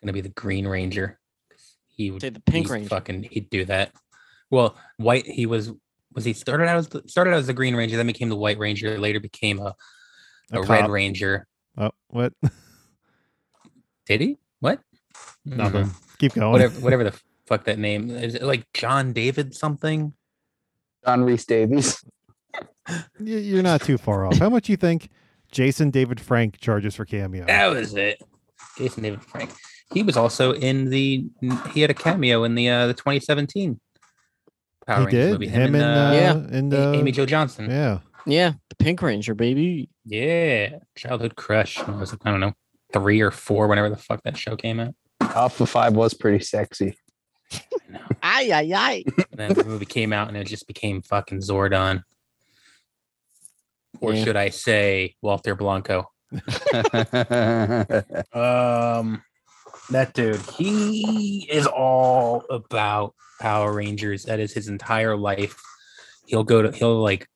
gonna be the Green Ranger. He would Say the Pink he's Ranger. Fucking, he'd do that. Well, white. He was was he started out as the, started out as the Green Ranger, then became the White Ranger, later became a A a, Red cop. Ranger. Oh, what? Did he? What? Nothing. Mhm. Keep going. Whatever, whatever the fuck that name is. It like John David something. John Reese Davies. Y- You're not too far off. How much you think Jason David Frank charges for cameo? That was it. Jason David Frank. He was also in the. He had a cameo in the uh, the 2017 Power He Rangers did? movie. Him and, uh, Yeah. and, A- uh, Amy Jo Johnson. Yeah. Yeah, the Pink Ranger, baby. Yeah, childhood crush. When I was like, I don't know, three or four, whenever the fuck that show came out. Alpha Five was pretty sexy. Ay, ay, ay. And then the movie came out, and it just became fucking Zordon. Or Yeah. should I say Walter Blanco? yeah, Um, that dude, he is all about Power Rangers. That is his entire life. He'll go to he'll like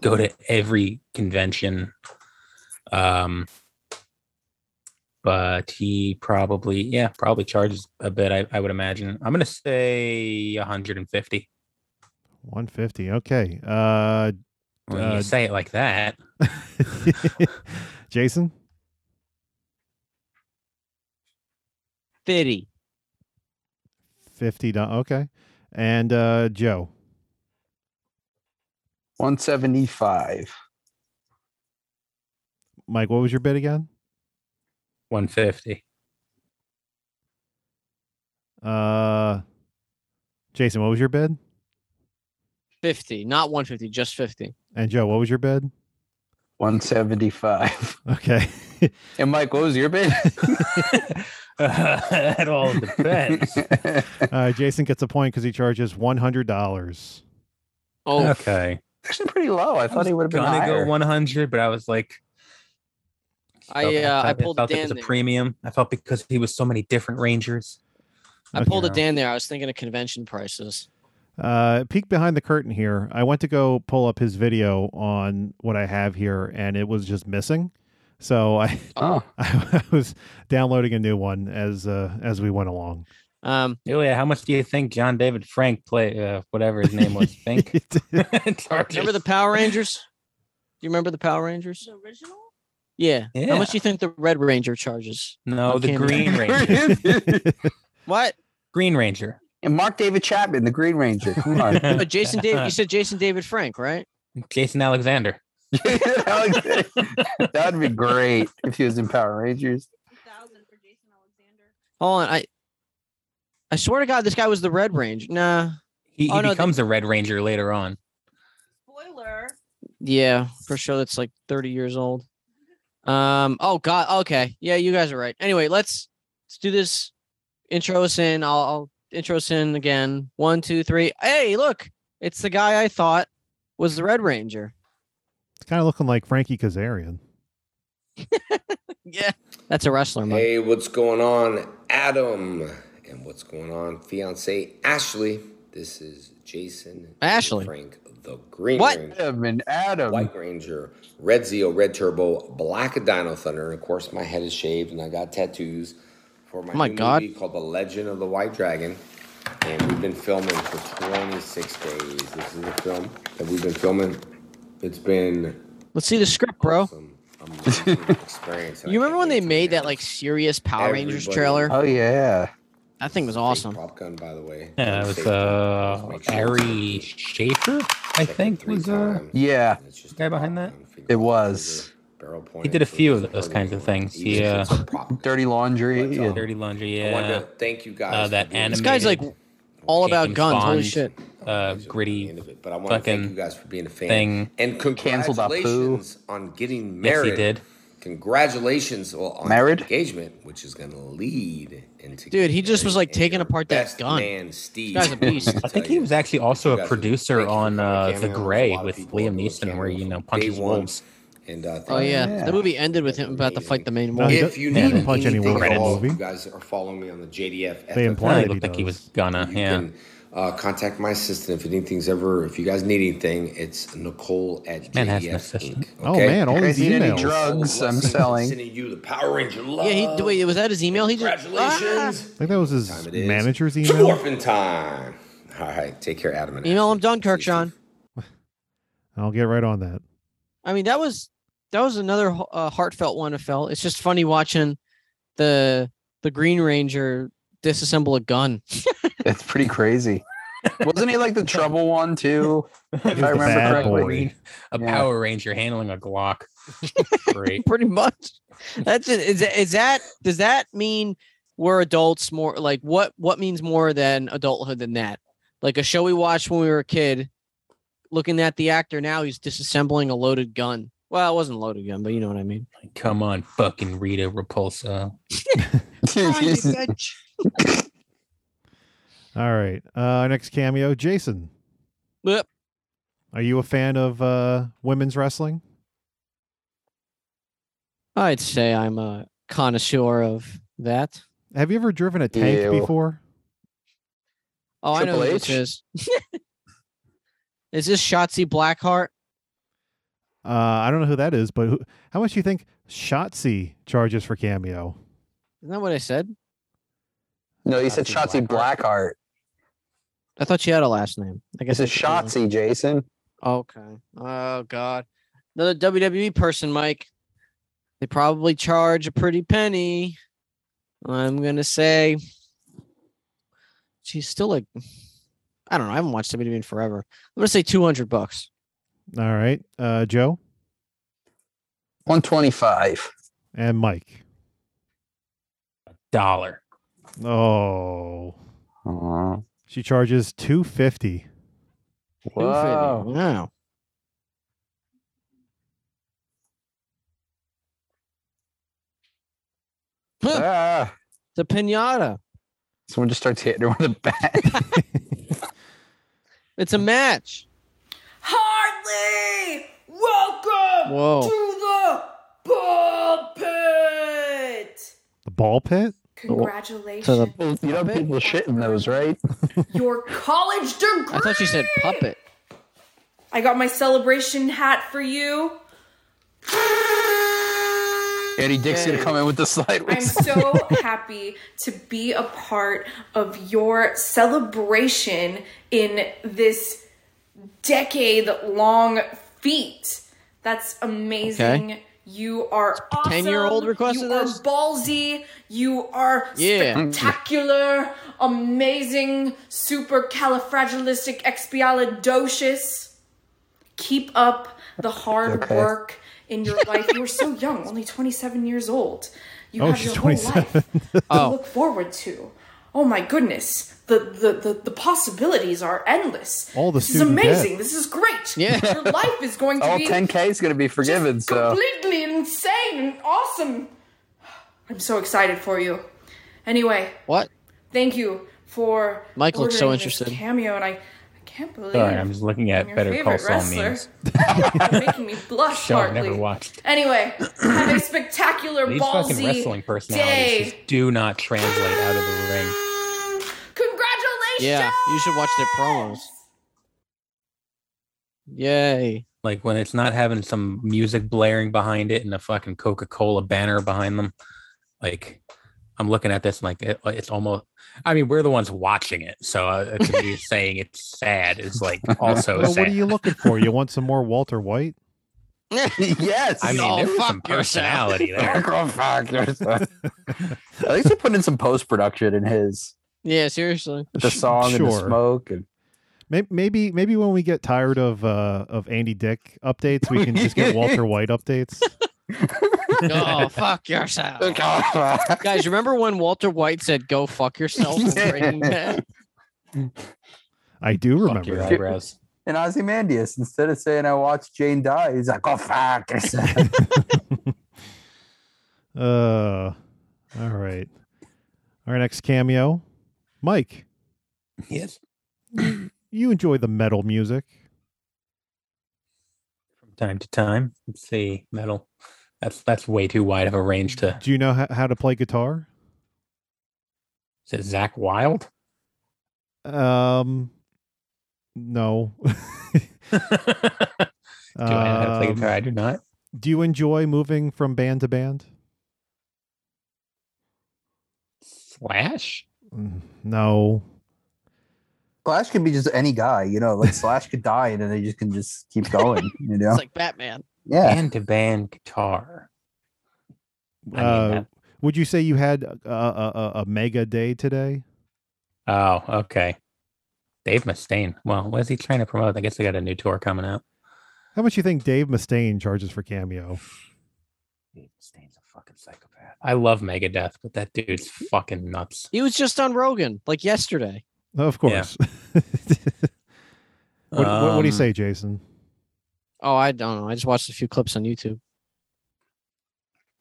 go to every convention. Um, but he probably yeah probably charges a bit. I, I would imagine. I'm gonna say 150. 150. Okay. Uh, When uh, you say it like that, Jason. Fitty. Fifty. do- Okay. And uh, Joe. 175. Mike, what was your bid again? 150. Uh, Jason, what was your bid? 50, not 150, just 50. And Joe, what was your bid? 175. Okay. And Mike, what was your bid? it all depends. uh, Jason gets a point because he charges one hundred dollars. Oh, okay. Actually, pretty low. I thought he would have been gonna higher. go 100, but I was like, I, uh, I pulled a felt it was Dan a there. premium. I felt because he was so many different Rangers. I pulled a Dan there. I was thinking of convention prices. Uh, peek behind the curtain here. I went to go pull up his video on what I have here, and it was just missing. So I, Oh. I, was downloading a new one as uh, as we went along. Um, Ilya, how much do you think John David Frank play? Uh, whatever his name was, Frank. Remember the Power Rangers? Do you remember the Power Rangers? The original? Yeah. How much do you think the Red Ranger charges? No, on the camera? Green Ranger. what? Green Ranger. And Mark David Chapman, the Green Ranger. Come on. But Jason David, you said Jason David Frank, right? Jason Alexander. That'd be great if he was in Power Rangers. Hold on, I I swear to God, this guy was the Red Ranger. Nah, He, Oh, he no, th- becomes a Red Ranger later on. yeah, for sure. That's like thirty years old. Um. Oh God. Okay. Yeah, you guys are right. Anyway, let's let's do this. Intro us in. I'll, I'll intro us in again. One, two, three. Hey, look, it's the guy I thought was the Red Ranger. It's kind of looking like Frankie Kazarian. That's a wrestler. Hey, what's going on, Adam? And what's going on, fiance Ashley? This is Jason. Ashley. Frank the Green What? Ranger. Adam and Adam. White Ranger, Red Zeo, Red Turbo, Black Dino Thunder. And of course, my head is shaved and I got tattoos for my, Oh my new God. movie called The Legend of the White Dragon. And we've been filming for 26 days. This is a film that we've been filming. It's been Let's see the script, bro. experience. You remember when they made that like serious Power Rangers Everybody- trailer? Oh, yeah. That thing was awesome. Prop gun, by the way. Yeah, it was uh, Ari Schaefer, I think, was uh, yeah guy behind that. It was. He did a few of those kinds of things. He, uh, dirty laundry. Oh. yeah. Dirty Laundry, I wanted yeah. to thank you guys. Uh, that for doing animated. This guy's, like, all about James guns, holy Bond, shit. Uh, gritty. But I want to thank fucking you guys for being a fan. thing. And Canceled Apu. congratulations on getting Yes, married. he did. Congratulations well, on Married? engagement, which is going to lead into Dude, he just was like taking apart that gun. uh, man, Steve. guy's a beast. I think he was actually also a producer on uh, The Gray with Liam Neeson, where you know punches wolves. And uh, Oh yeah. the movie ended with him about to fight the main No, one. he if you need punch any anything wolf in at the all, movie. you guys are following me on the JDF. They FFF. implied he looked like he was gonna. You Yeah. can uh, contact my assistant if anything's ever. If you guys need anything, it's Nicole at Man has an JDF Inc. Oh, man, all You guys these need any emails. drugs? I'm Blessings selling. sending you the Power Ranger Yeah, he wait, was that his email? He just Congratulations. I think that was his manager's email. Dwarfing time. All right, take care, Adam. Ah, And email him Dunkirk, Sean. I'll get right on that. I mean, that was that was another uh, heartfelt one. I felt it's just funny watching the the Green Ranger disassemble a gun. It's pretty crazy. Wasn't he like the trouble one too? If I He was the remember bad correctly. boy. A Yeah. Power Ranger handling a Glock. Great. Pretty much. That's it. Is, that- is that does that mean we're adults more? Like what what means more than adulthood than that? Like a show we watched when we were a kid. Looking at the actor now, he's disassembling a loaded gun. Well, it wasn't a loaded gun, but you know what I mean. Come on, fucking Rita Repulsa. All right. Uh, our next cameo, Jason. Yep. Are you a fan of uh, women's wrestling? I'd say I'm a connoisseur of that. Have you ever driven a tank Ew. before? Oh, I know who Triple this is. is this Shotzi Blackheart? Uh, I don't know who that is, but who, how much do you think Shotzi charges for cameo? Isn't that what I said? No, you said Shotzi Blackheart. I thought she had a last name. I guess This is that's what it Shotzi, was. Jason. Okay. Oh God. Another WWE person, Mike. They probably charge a pretty penny. I'm gonna say she's still like I don't know. I haven't watched WWE in forever. I'm gonna say 200 bucks. All right. Uh, Joe? 125. And Mike? Dollar. Oh. She charges 250 Wow. Wow. Ah. The pinata. Someone just starts hitting her with a bat. It's a match. Hardly! Welcome Whoa. to the ball pit! The ball pit? Congratulations. you know people shit in those, right? Your college degree! I thought she said puppet. I got my celebration hat for you. Eddie Dixie to Yay. come in with the slide. I'm so happy to be a part of your celebration in this decade long feat. That's amazing. You are awesome. 10-year-old requested You are this? ballsy. You are Yeah. spectacular, amazing, supercalifragilisticexpialidocious. keep up the hard Okay. work in your life. You are so young, only 27 years old. You oh, have she's your whole life 27. Oh. to look forward to. Oh my goodness. The, the, the, the possibilities are endless. All the this is student debt. amazing. This is great. Yeah. Your life is going to All be 10K is going to be forgiven, so. completely insane and awesome. I'm so excited for you. Anyway, what? Thank you for Mike looks so ordering this interested. cameo, and I, I can't believe. Sorry, I'm just looking at your Better Call favorite Saul wrestler. memes. You're making me blush Show I never hardly. watched. Anyway, have a spectacular These fucking wrestling ballsy personalities day. just do not translate out of the ring. Congratulations. Yeah, you should watch their promos. Yay. Like when it's not having some music blaring behind it and a fucking Coca Cola banner behind them. Like I'm looking at this and like it, it's almost, I mean, we're the ones watching it. So uh, to me, saying it's sad is like also Well, what sad. are you looking for? You want some more Walter White? yes. I mean, there was some personality there. Go fuck yourself. At least he put in some post production in his Yeah, seriously. the song and the sure. smoke and Maybe, maybe, maybe when we get tired of uh, of Andy Dick updates, we can just get Walter White updates. Go fuck yourself. Guys, remember when Walter White said, go fuck yourself? in Breaking Bad? I do remember your that. eyebrows. and Ozymandias. Instead of saying I watched Jane die, he's like, "Go fuck yourself." Uh, all right. Our next cameo, Mike. Yes. You enjoy the metal music. time to time. Let's see, metal. That's that's way too wide of a range to. Do you know how, how to play guitar? Is it Zach Wild? Um, no. do Do I know how to play guitar? I do not. Um, Do you enjoy moving from band to band? Slash. Mm, No. Slash could be just any guy, you know. Like Slash could die, and then they just can just keep going, you know. It's like Batman. yeah, band to band guitar. Uh, would you say you had a, a, a, a mega day today? Oh, okay. Dave Mustaine. Well, what is he trying to promote? I guess they got a new tour coming out. How much you think Dave Mustaine charges for cameo? I love Megadeth, but that dude's fucking nuts. He was just on Rogan like yesterday. Of course. what, what, what do Um, you say, Jason? Oh, I don't know. I just watched a few clips on YouTube.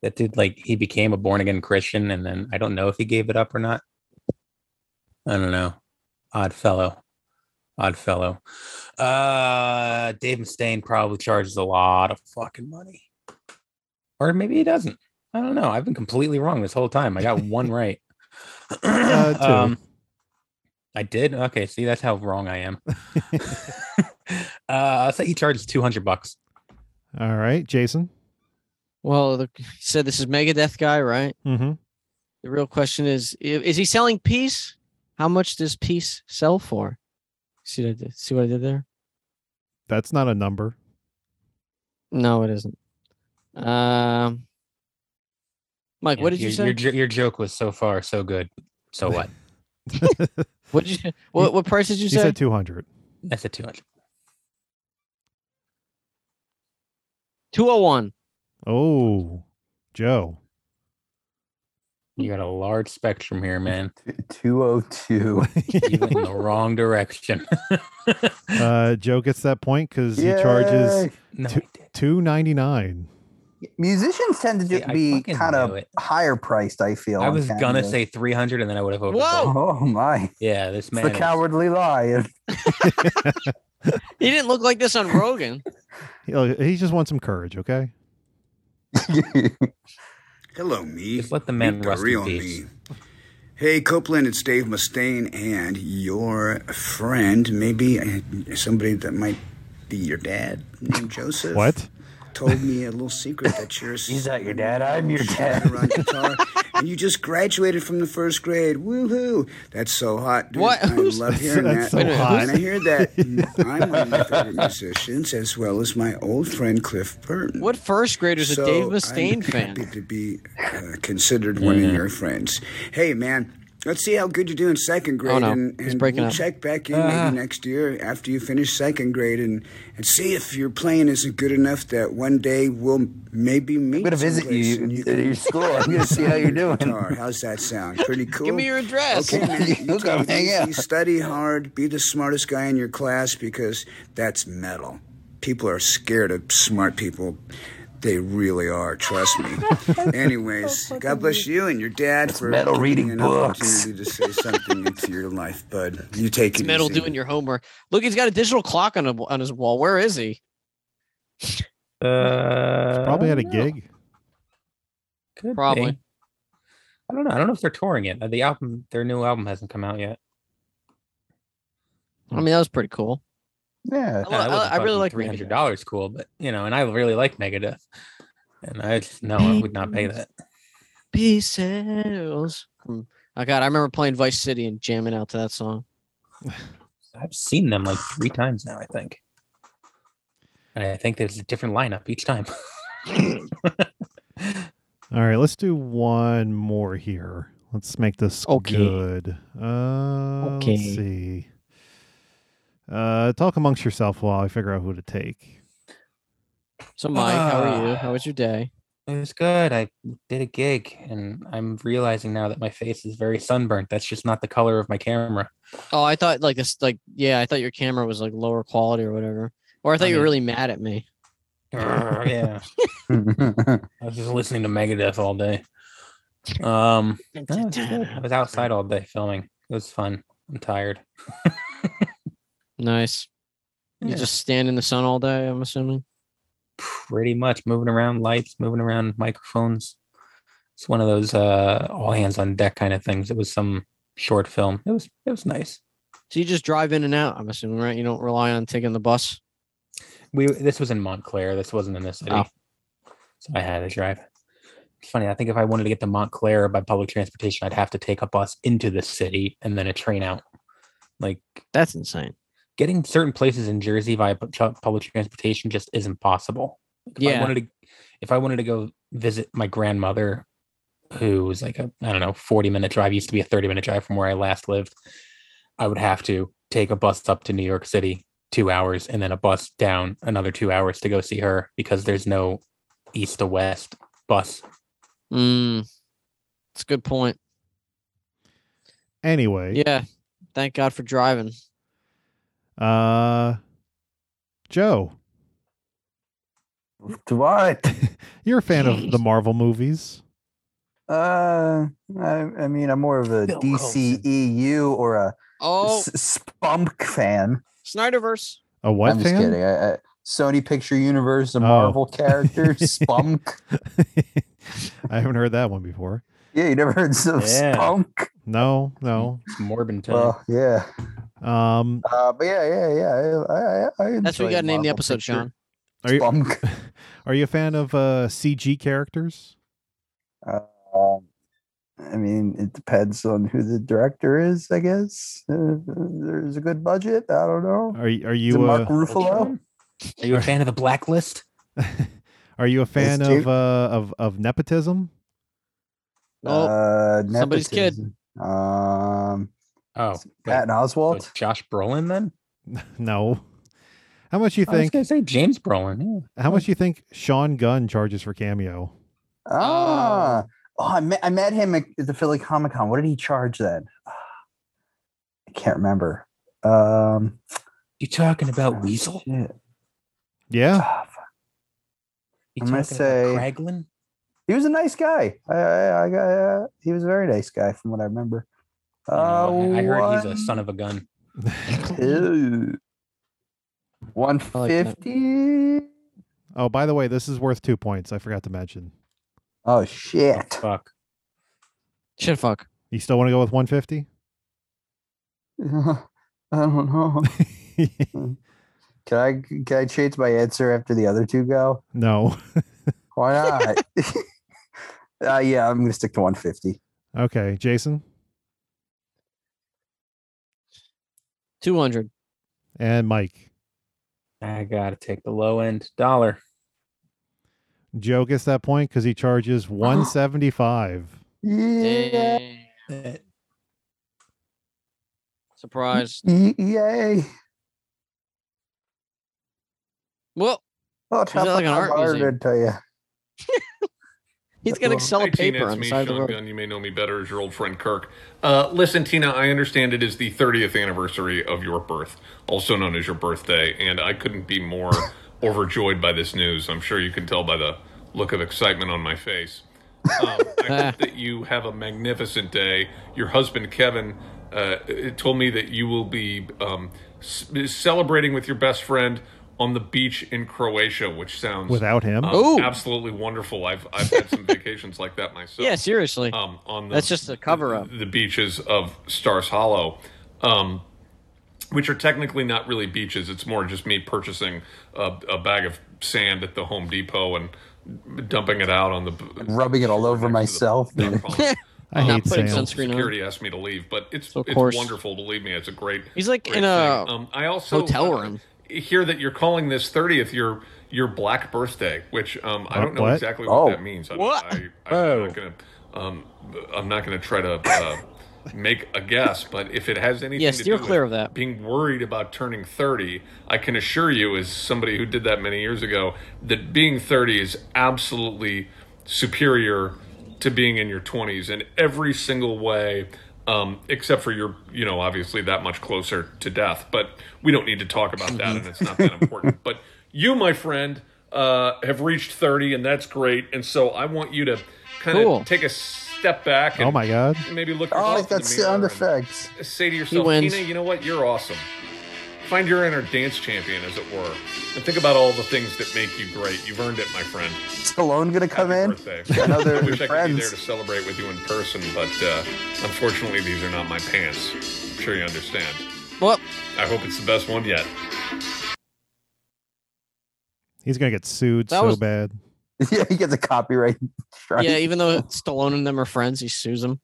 That dude, like, he became a born again Christian, and then I don't know if he gave it up or not. I don't know. Odd fellow. Odd fellow. Uh, Dave Mustaine probably charges a lot of fucking money, or maybe he doesn't. I don't know. I've been completely wrong this whole time. I got one right. Um, Uh, two. I did. Okay, see, that's how wrong I am. uh, I'll say he charges two hundred bucks. All right, Jason. Well, the, he said this is Megadeth guy, right? Mm-hmm. Mhm. The real question is: i- Is he selling peace? How much does peace sell for? See what I did? See what I did there? That's not a number. No, it isn't. Um, Mike, what did you your, say? Your, jo- your joke was so far so good. So what? what did you? What, what price did you You say? said 200. I said two hundred. Two hundred one. Oh, Joe. You got a large spectrum here, man. 202. you went in the wrong direction. Uh, Joe gets that point because he charges Yay. No, two, 299 Musicians tend to ju- I be fucking kind knew of it. higher priced. I feel. I on was gonna cameos. say three hundred, and then I would have overbought. Whoa! Oh my! Yeah, this It's man. the is- cowardly lion. He didn't look like this on Rogan. He'll- He just wants some courage, okay? Hello, me. Just let the man rest in real peace. me. Hey, Copeland, it's Dave Mustaine and your friend, maybe uh, somebody that might be your dad, named Joseph. What? Told me a little secret that you're. He's not your dad. I'm your dad. Around guitar, and you just graduated from the first grade. Woohoo! That's so hot. Dude. What? I Who's- love hearing that. That's so Wait a minute, hot. And I hear that. I'm one of my favorite musicians, as well as my old friend Cliff Burton. What first grader's a So, Dave I'm Mustaine fan? Happy to be uh, considered one of your friends. Hey, man, Let's see how good you do in second grade, Oh, no. and, He's and breaking we'll up. check back in Uh-huh. Ah. maybe next year after you finish second grade, and, and see if your playing isn't good enough that one day we'll maybe meet. gonna visit someplace you and at can your school. I'm gonna see how you're doing. Guitar. How's that sound? Pretty cool. me your address. Okay, man. You We'll take come it hang easy, out. Study hard. Be the smartest guy in your class because that's metal. People are scared of smart people. They really are. Trust me. Anyways, God bless you and your dad for metal giving me reading an books. opportunity to say something into your life, bud. You take It's it metal easy. doing your homework. Look, he's got a digital clock on, a, on his wall. Where is he? Uh, Probably I had a don't know. gig. Could Probably. be. I don't know. I don't know if they're touring it. The album, their new album, hasn't come out yet. I mean, that was pretty cool. Yeah, Uh, I, lo- uh, I- I really like three Megadeth. hundred dollars. Cool, but you know, and I really like Megadeth, and I just no, I would not pay that. Pieces. Oh god, I remember playing Vice City and jamming out to that song. I've seen them like three times now, I think. And I think there's a different lineup each time. All right, let's do one more here. Let's make this Okay. good. Uh, Okay. Let's see. Uh, talk amongst yourself while I figure out who to take. So Mike, how are you? Ah. How was your day? It was good. I did a gig, and I'm realizing now that my face is very sunburnt. That's just not the color of my camera. Oh, I thought like this like yeah, I thought your camera was like lower quality or whatever. Or I thought I you were mean- really mad at me. Grr, yeah, I was just listening to Megadeth all day. Um, no, it was good. I was outside all day filming. It was fun. I'm tired. Nice. You Yeah. just stand in the sun all day, I'm assuming. pretty much moving around lights, moving around microphones. It's one of those uh all hands on deck kind of things. It was some short film. It was it was nice. So you just drive in and out, I'm assuming, right? You don't rely on taking the bus. We this was in Montclair. This wasn't in the city. Oh. So I had to drive. It's funny. I think if I wanted to get to Montclair by public transportation, I'd have to take a bus into the city and then a train out. Like That's insane. getting certain places in Jersey via pu- tru- public transportation just isn't possible. Like, If I Yeah. wanted to, if I wanted to go visit my grandmother, who was like a I don't know forty minute drive, used to be a thirty minute drive from where I last lived, I would have to take a bus up to New York City, two hours, and then a bus down another two hours to go see her because there's no east to west bus. Mm. It's a good point. Anyway, Yeah. Thank God for driving. uh, Joe, What? you're a fan of the Marvel movies. Uh, I, I mean, I'm more of a Bill DCEU or a Oh, S- Spunk fan. Snyderverse. A what I'm fan? just kidding. I, I, Sony Picture Universe, the Oh. Marvel character, Spunk. I haven't heard that one before. Yeah, you never heard of Yeah. Spunk? No, no. It's Morbin time. Well, yeah. Um, Uh, but yeah, yeah, yeah. I, I, I That's what enjoy you gotta name Marvel the episode, Picture- Sean. are you Spunk. are you a fan of uh CG characters? Uh, I mean, it depends on who the director is, I guess. Uh, there's a good budget. I don't know. Are you are Is it you Mark uh, Ruffalo? Are you a fan of the Blacklist? are you a fan Jake- of uh of of nepotism? Oh, uh, somebody's kid. nepotism. Um, Oh, wait, Patton so Oswalt. it's Josh Brolin then? No. How much you I was think? gonna say James Brolin. Yeah. How much you think Sean Gunn charges for cameo? Ah, oh, I met I met him at the Philly Comic Con. What did he charge then? I can't remember. Um, oh, You talking about Weasel? shit. Yeah, Ah, fuck. You I'm gonna talking say- about Kraglin? he was a nice guy. I, I, I got. Uh, he was a very nice guy, from what I remember. Uh, Oh, I I heard he's a son of a gun. One like that. fifty. Oh, by the way, this is worth two points. I forgot to mention. Oh shit! Fuck. Shit fuck. You still want to go with 150? I don't know. Can I can I change my answer after the other two go? no. Why not? uh, yeah, I'm gonna stick to 150. Okay, Jason Two hundred. and Mike. I gotta take the low end dollar. Joe gets that point because he charges 175. Yeah. Dang. That Hmm. Surprise. Yay. Well, well that like an art museum? tell you. He's got Excel Hey, Tina, paper it's on the me, side of the Sean road. Gunn. You may know me better as your old friend Kirk. Uh, listen, Tina, I understand it is the 30th anniversary of your birth, also known as your birthday, and I couldn't be more overjoyed by this news. I'm sure you can tell by the look of excitement on my face. Um, I Eh. hope that you have a magnificent day. Your husband, Kevin, uh, told me that you will be um, s- celebrating with your best friend on the beach in Croatia, which sounds Without him? um, Ooh. absolutely wonderful. I've I've had some vacations like that myself Yeah, seriously. um, on the, That's just a cover up. the beaches of Stars Hollow, um, which are technically not really beaches. It's more just me purchasing a, a bag of sand at the Home Depot and dumping it out on the Rubbing it all over myself. I hate Not putting sand. sunscreen on. Security asked me to leave, but it's it's coarse. wonderful. Believe me, it's a great. He's like great in a thing. um, I also hotel uh, room. hear that you're calling this 30th your your black birthday, which um, I Uh, don't know what? exactly what Oh. that means. I, What? I, I'm not gonna um, I'm not gonna try to uh, make a guess, but if it has anything Yeah, to steer do clear with of that. being worried about turning 30, I can assure you, as somebody who did that many years ago, that being 30 is absolutely superior to being in your 20s in every single way. Um, except for you're, you know, obviously that much closer to death, but we don't need to talk about that, and it's not that Mm-hmm. important. But you, my friend, uh, have reached 30, and that's great. And so I want you to kind of Cool. take a step back. And Oh my God. Maybe look. Oh, yourself in that's the mirror sound and effects. Say to yourself, wins. Tina, you know what? You're awesome. Find your inner dance champion, as it were, and think about all the things that make you great. You've earned it, my friend. Stallone gonna come in? Birthday. I know I they're wish I could be friends. there to celebrate with you in person, but uh, unfortunately, these are not my pants. I'm sure you understand. Well, I hope it's the best one yet. He's gonna get sued That so was- bad. yeah, he gets a copyright. strike. Yeah, even though Stallone and them are friends, he sues them.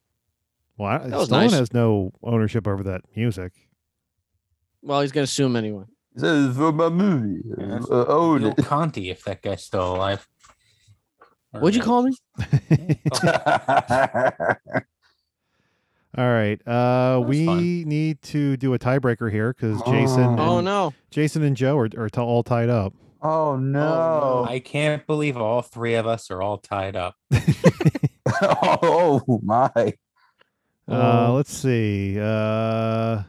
Well, I- That was Stallone nice. has no ownership over that music. Well, he's gonna sue him anyway. This is for my movie. Uh, own Bill Conti, if that guy's still alive. What'd you call me? All right, uh, we need to do a tiebreaker here because Jason. Oh, and- no. Jason and Joe are, are t- all tied up. Oh no. I can't believe all three of us are all tied up. oh my. Uh, Oh. let's see. Uh,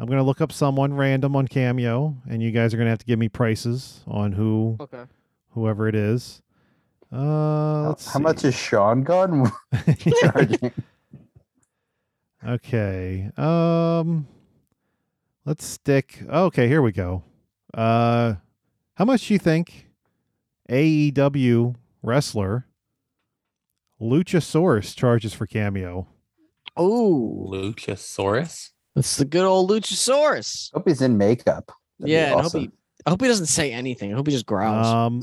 I'm gonna look up someone random on Cameo, and you guys are gonna have to give me prices on who, Okay. whoever it is. Uh, let's How much is Sean gone? Okay. Um let's stick okay, here we go. Uh how much do you think AEW wrestler Luchasaurus charges for cameo? Oh. Luchasaurus? That's the good old Luchasaurus. Hope he's in makeup. yeah, and I hope he I hope he doesn't say anything. I hope he just growls. Um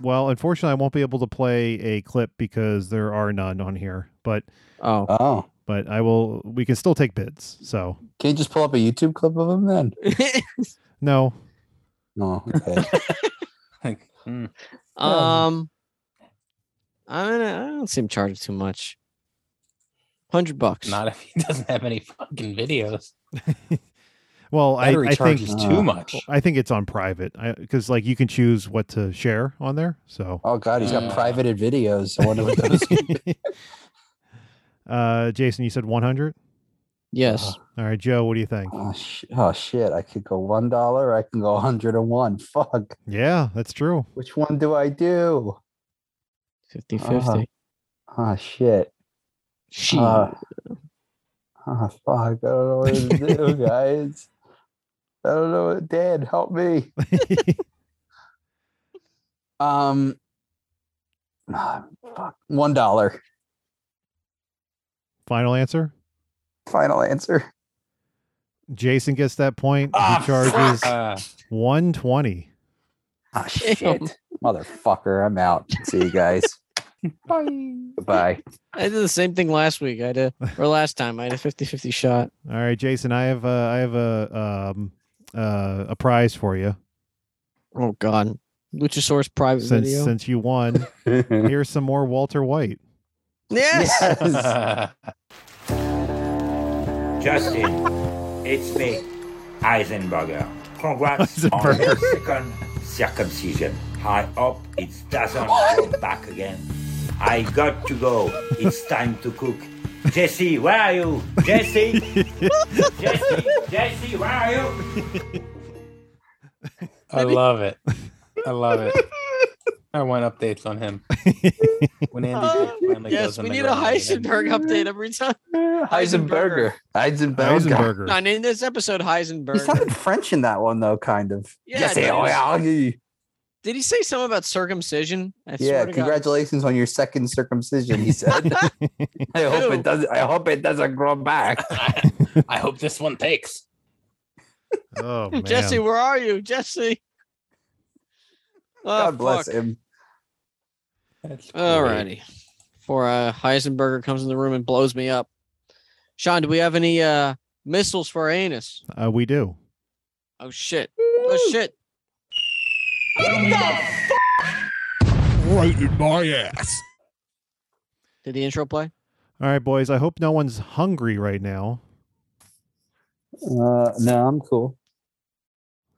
well, unfortunately I won't be able to play a clip because there are none on here, but Oh. Oh. But I will we can still take bids. So Can you just pull up a YouTube clip of him then? no. No. Okay. Hmm. Um, I mean, I don't see him charging too much. Hundred bucks. Not if he doesn't have any fucking videos. Well, I, Battery I think charges Ah. too much. I think it's on private because like you can choose what to share on there. So oh god, he's got Uh. privated videos. I wonder what those uh, Jason, you said one hundred. Uh-huh. Yes. All right, Joe, what do you think? Oh, sh- oh shit, I could go one dollar, I can go hundred and one. Fuck. Yeah, that's true. Which one do I do? 50 Oh, 50. shit. She. Uh, oh fuck, I don't know what to do, guys. I don't know what Dad, help me. um ah, fuck, one dollar. Final answer. Final answer. Jason gets that point. Ah, he charges fuck. one twenty. Ah shit. Motherfucker, I'm out. See you guys. Goodbye. I did the same thing last week. I did, or last time. I had a 50 50 shot. All right, Jason, I have uh, I have a um, uh, a prize for you. Oh God, Luchasaurus private since video. since you won. here's some more Walter White. Yes. Justin, It's me, Eisenberger. Congrats on Eisenberger. your second circumcision. I hope it doesn't grow back again. I got to go. It's time to cook. Jesse, where are you? Jesse? Jesse? Jesse, where are you? I love it. I love it. I want updates on him. When Andy Oh, Dick finally yes, goes on we the need a ground again. Heisenberg update every time. Heisenberger. Heisenberger. No, I mean, this episode, Heisenberg. He sounded French in that one though, kind of. Yeah, Yes, dude. oh, yeah, yeah. Did he say something about circumcision? I Yeah, swear to God. congratulations on your second circumcision. He said. I hope it doesn't. I hope it doesn't grow back. I hope this one takes. Oh, Jesse, where are you, Jesse? Oh, God bless him. Alrighty. Before uh, Heisenberger comes in the room and blows me up. Sean, do we have any uh, missiles for our anus? Uh, we do. Oh shit! Oh shit! Right in my ass. Did the intro play? All right, boys. I hope no one's hungry right now Uh, no, I'm cool.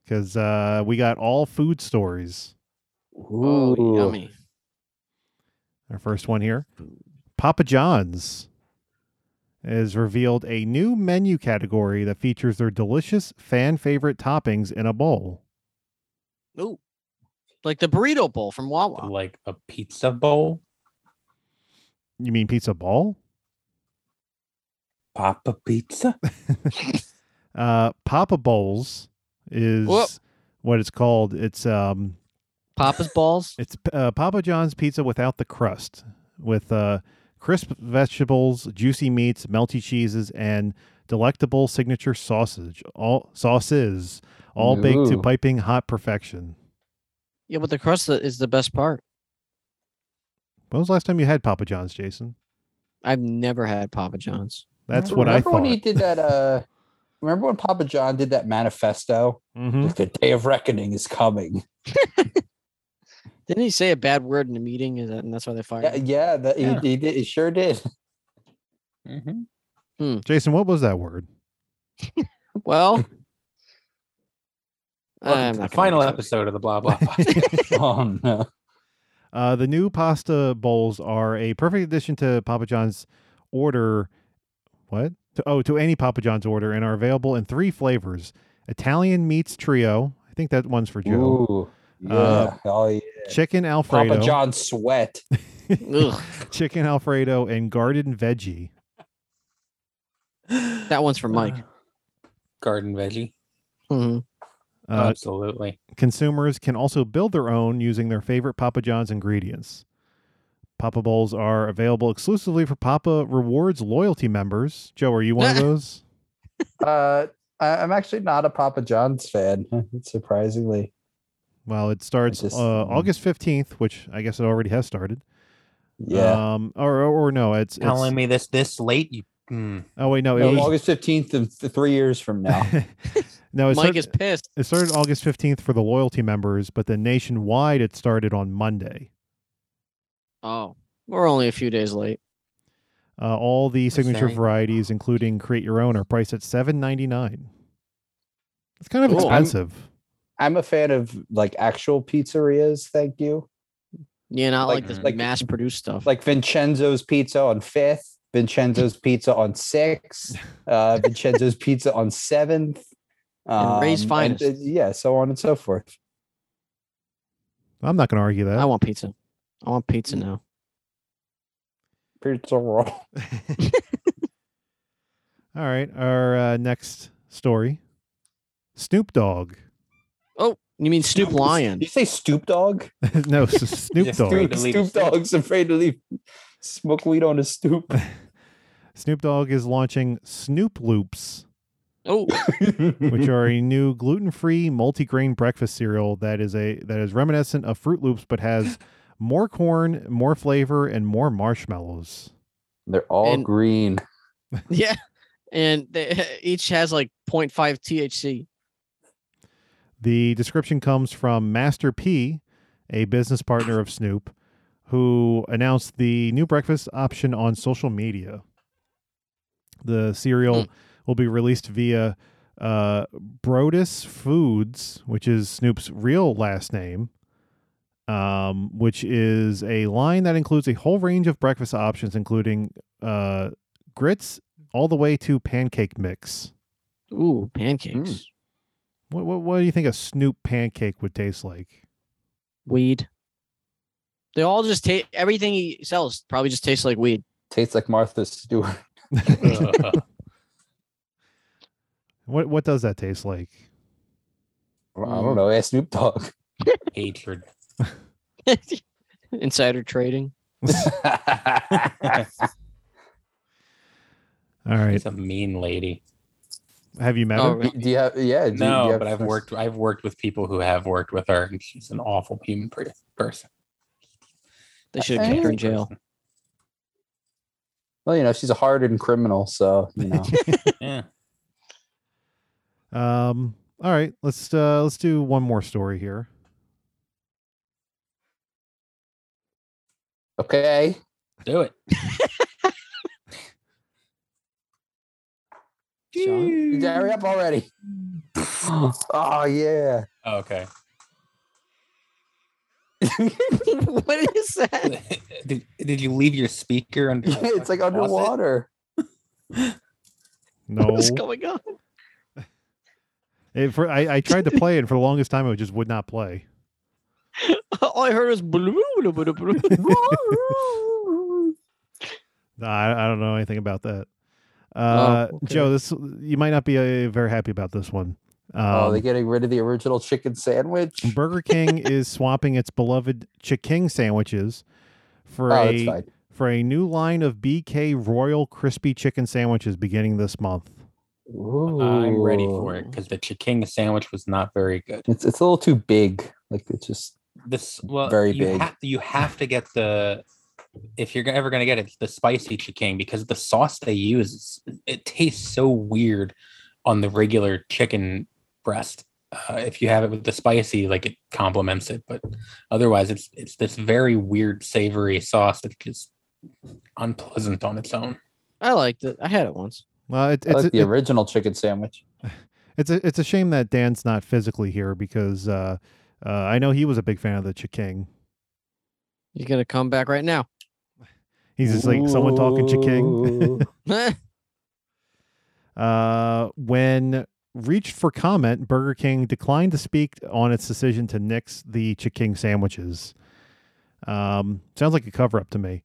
because uh, we got all food stories. Ooh, yummy. Our first one here Papa John's has revealed a new menu category that features their delicious fan favorite toppings in a bowl. Ooh, like the burrito bowl from Wawa. Like a pizza bowl. You mean pizza ball? Papa pizza? uh, Papa Bowls is Whoop. what it's called. It's um, Papa's Balls? It's uh, Papa John's pizza without the crust, with uh, crisp vegetables, juicy meats, melty cheeses, and delectable signature sausage. All sauces, all baked to Ooh. piping hot perfection. Yeah, but the crust i- is the best part. When was the last time you had Papa John's, Jason? I've never had Papa John's. That's what I Remember thought. when he did that? Uh, remember when Papa John did that manifesto? Mm-hmm. Hmm? Like, the day of reckoning is coming. Didn't he say a bad word in a meeting, Is that- and that's why they fired Yeah, him? yeah, that, Yeah. He, he did. He sure did. Mm-hmm. Hmm. Jason, what was that word? Well, Welcome to the final episode of the blah blah. Podcast. oh no. Uh, the new pasta bowls are a perfect addition to Papa John's order. What? To, oh, to any Papa John's order, and are available in three flavors: Italian meats trio. I think that one's for Joe. Uh, yeah. oh yeah. Chicken Alfredo. Papa John sweat. Chicken Alfredo and garden veggie. that one's for Mike. Uh, Garden veggie. Uh, Absolutely. Consumers can also build their own using their favorite Papa John's ingredients. Papa Bowls are available exclusively for Papa Rewards loyalty members. Joe, are you one of those? Uh, I, I'm actually not a Papa John's fan, surprisingly. Well, it starts just- uh, August 15th, which I guess it already has started. Yeah. Um, or, or, or no, it's, it's- Telling me this this late, you. Mm. Oh, wait, no. It No, was, August 15th, of th- three years from now. no, it Mike started, is pissed. It started August 15th for the loyalty members, but then nationwide it started on Monday. Oh, we're only a few days late. Uh, all the signature very- varieties, including create your own, are priced at seven ninety nine. It's kind of Cool. I'm- expensive. I'm a fan of like actual pizzerias. Thank you. Yeah, not like, Like- this like- mass produced stuff. Like Vincenzo's Pizza on fifth, Vincenzo's Pizza on sixth, uh, Vincenzo's Pizza on seventh. And Ray's and, Finest. uh, yeah, so on and so forth. I'm not going to argue that. Mm. I want pizza. I want pizza now. Pizza roll. All right, our uh, next story: Snoop Dogg. Oh, you mean Snoop Lion? You say Snoop Dogg? no, s- Snoop Dogg. Snoop, Snoop Dogg's afraid to leave. Smoke weed on a stoop. Snoop Dogg is launching Snoop Loops, Oh, which are a new gluten-free multigrain breakfast cereal that is a that is reminiscent of Fruit Loops but has more corn, more flavor, and more marshmallows. They're all And- green. yeah, and they, each has like 0.5 THC. The description comes from Master P, a business partner of Snoop, who announced the new breakfast Mm. option on social media. The cereal will be released via uh, Brodus Foods, which is Snoop's real last name, um, which is a line that includes a whole range of breakfast options, including uh, grits all the way to pancake mix. Ooh, pancakes. Mm. What, what, what do you think a Snoop pancake would taste like? Weed. They all just taste everything he sells probably just tastes like weed. Tastes like Martha Stewart. What what does that taste like? I don't know. Ask Snoop Dogg. Hatred. Insider trading. All right. She's a mean lady. Have you met Oh, her? really? Do you have? Yeah. Do, no, do you have but I've worked. I've worked with people who have worked with her, and she's an awful human per- person. They should have kept her in jail. Well, you know, she's a hardened criminal, so you know. yeah. Um. All right. Let's uh let's do one more story here. Okay. Do it. Did you hurry up already? oh yeah. Okay. what is Um, that? Did, did you leave your speaker under? the it's like faucet? underwater. No. What's going on? It, for, I, I tried to play it and for the longest time it just would not play. All I heard was blue. blue, blue, blue, blue. Nah, I, I don't know anything about that. Oh, Uh, okay. Joe, this you might not be uh, very happy about this one. Um, oh, they're getting rid of the original chicken sandwich. Burger King is swapping its beloved Chiking sandwiches for Oh, that's a fine. for a new line of BK Royal Crispy Chicken sandwiches beginning this month. Uh, I'm ready for it because the chicken sandwich was not very good. It's it's a little too big. Like it's just This well, very you big. Have, you have to get the if you're ever going to get it, the spicy chicken because the sauce they use it tastes so weird on the regular chicken breast. Uh, if you have it with the spicy, like it complements it, but otherwise, it's it's this very weird savory sauce that's just unpleasant on its own. I liked it. I had it once. Well, it, I it's like the it- original chicken sandwich. it's a it's a shame that Dan's not physically here because uh, uh, I know he was a big fan of the Chiking. You're gonna come back right now. He's just like someone talking Chiking. Heh. Uh, when reached for comment, Burger King declined to speak on its decision to nix the Chiking sandwiches. Um, sounds like a cover up to me.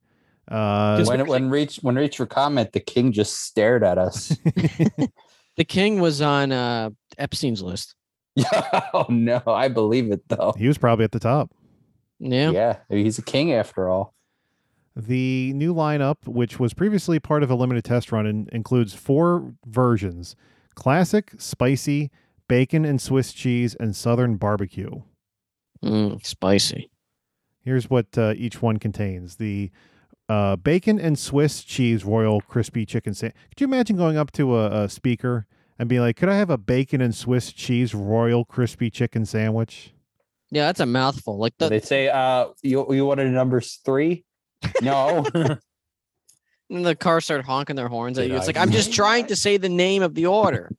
Uh, when when reach when reach for comment, the king just stared at us. the king was on uh, Epstein's list. oh no, I believe it though. he was probably at the top. Yeah. Yeah, he's a king after all. The new lineup, which was previously part of a limited test run, in, includes four versions classic, spicy, bacon and Swiss cheese, and southern barbecue. Mm, spicy. Here's what uh, each one contains the uh, bacon and Swiss cheese royal crispy chicken sandwich. Could you imagine going up to a, a speaker and being like, Could I have a bacon and Swiss cheese royal crispy chicken sandwich? Yeah, that's a mouthful. Like the they say, uh, you you wanted numbers three? No. and the car started honking their horns at Did you. It's I like I'm just trying to say the name of the order.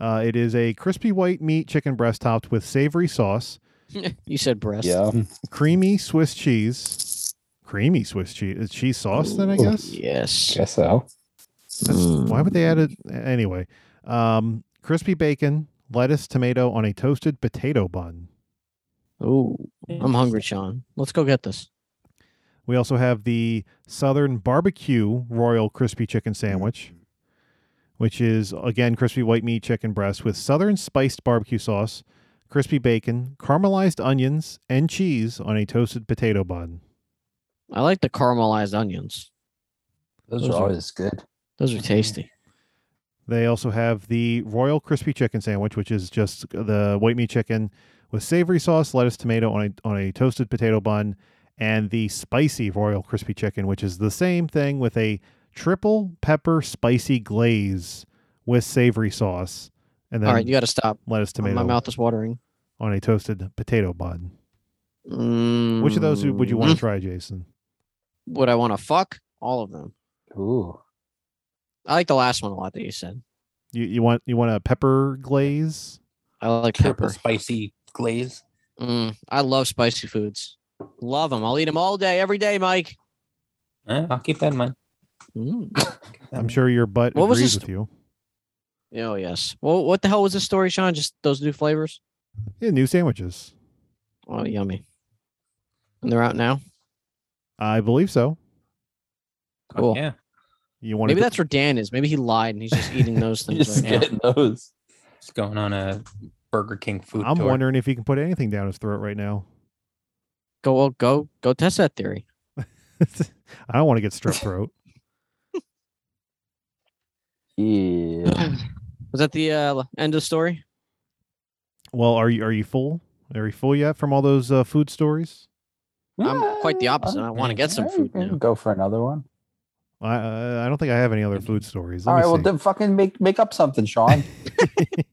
Uh, it is a crispy white meat chicken breast topped with savory sauce, you said breast. yeah. creamy Swiss cheese, creamy Swiss cheese, Is cheese sauce. Then I guess. Yes. Guess so. That's, Why would they add it Mm. anyway? Um, crispy bacon, lettuce, tomato on a toasted potato bun. Oh, I'm hungry, Sean. Let's go get this. We also have the Southern Barbecue Royal Crispy Chicken Sandwich, Mm. which is again crispy white meat chicken breast with Southern spiced barbecue sauce, crispy bacon, caramelized onions, and cheese on a toasted potato bun. I like the caramelized onions. Those, Those are are- always good. Those are tasty. Mm-hmm. They also have the Royal Crispy Chicken Sandwich, which is just the white meat chicken with savory sauce, lettuce, tomato on a, on a toasted potato bun, and the spicy Royal Crispy Chicken, which is the same thing with a triple pepper spicy glaze with savory sauce. And then All right, you got to stop. lettuce, tomato My mouth is watering. on a toasted potato bun. Which of those would you want Mm. to try, Jason? Would I want to fuck all of them? Ooh. I like the last one a lot that you said. You you want you want a pepper glaze? I like pepper. spicy glaze. Mm, I love spicy foods. Love them. I'll eat them all day, every day, Mike. Mm. I'll keep that in mind. I'm sure your butt What was agrees this- with you. Oh yes. Well, what the hell was the story, Sean? Just those new flavors? Yeah, new sandwiches. Oh, yummy. And they're out now. I believe so. Cool. yeah. You want Maybe that's where Dan is. Maybe he lied and he's just eating those things. Just right getting now. those. It's going on a Burger King food I'm tour. wondering if he can put anything down his throat right now. Go well, go Oh, go test that theory. I don't want to get strep throat. yeah. Was that the uh, end of the story? Well, are you are you full? Are you full yet from all those uh, food stories? I'm quite the opposite. I want to get some food now. Go for another one. I uh, I don't think I have any other food stories. Let All me right, well see. then fucking make make up something, Sean.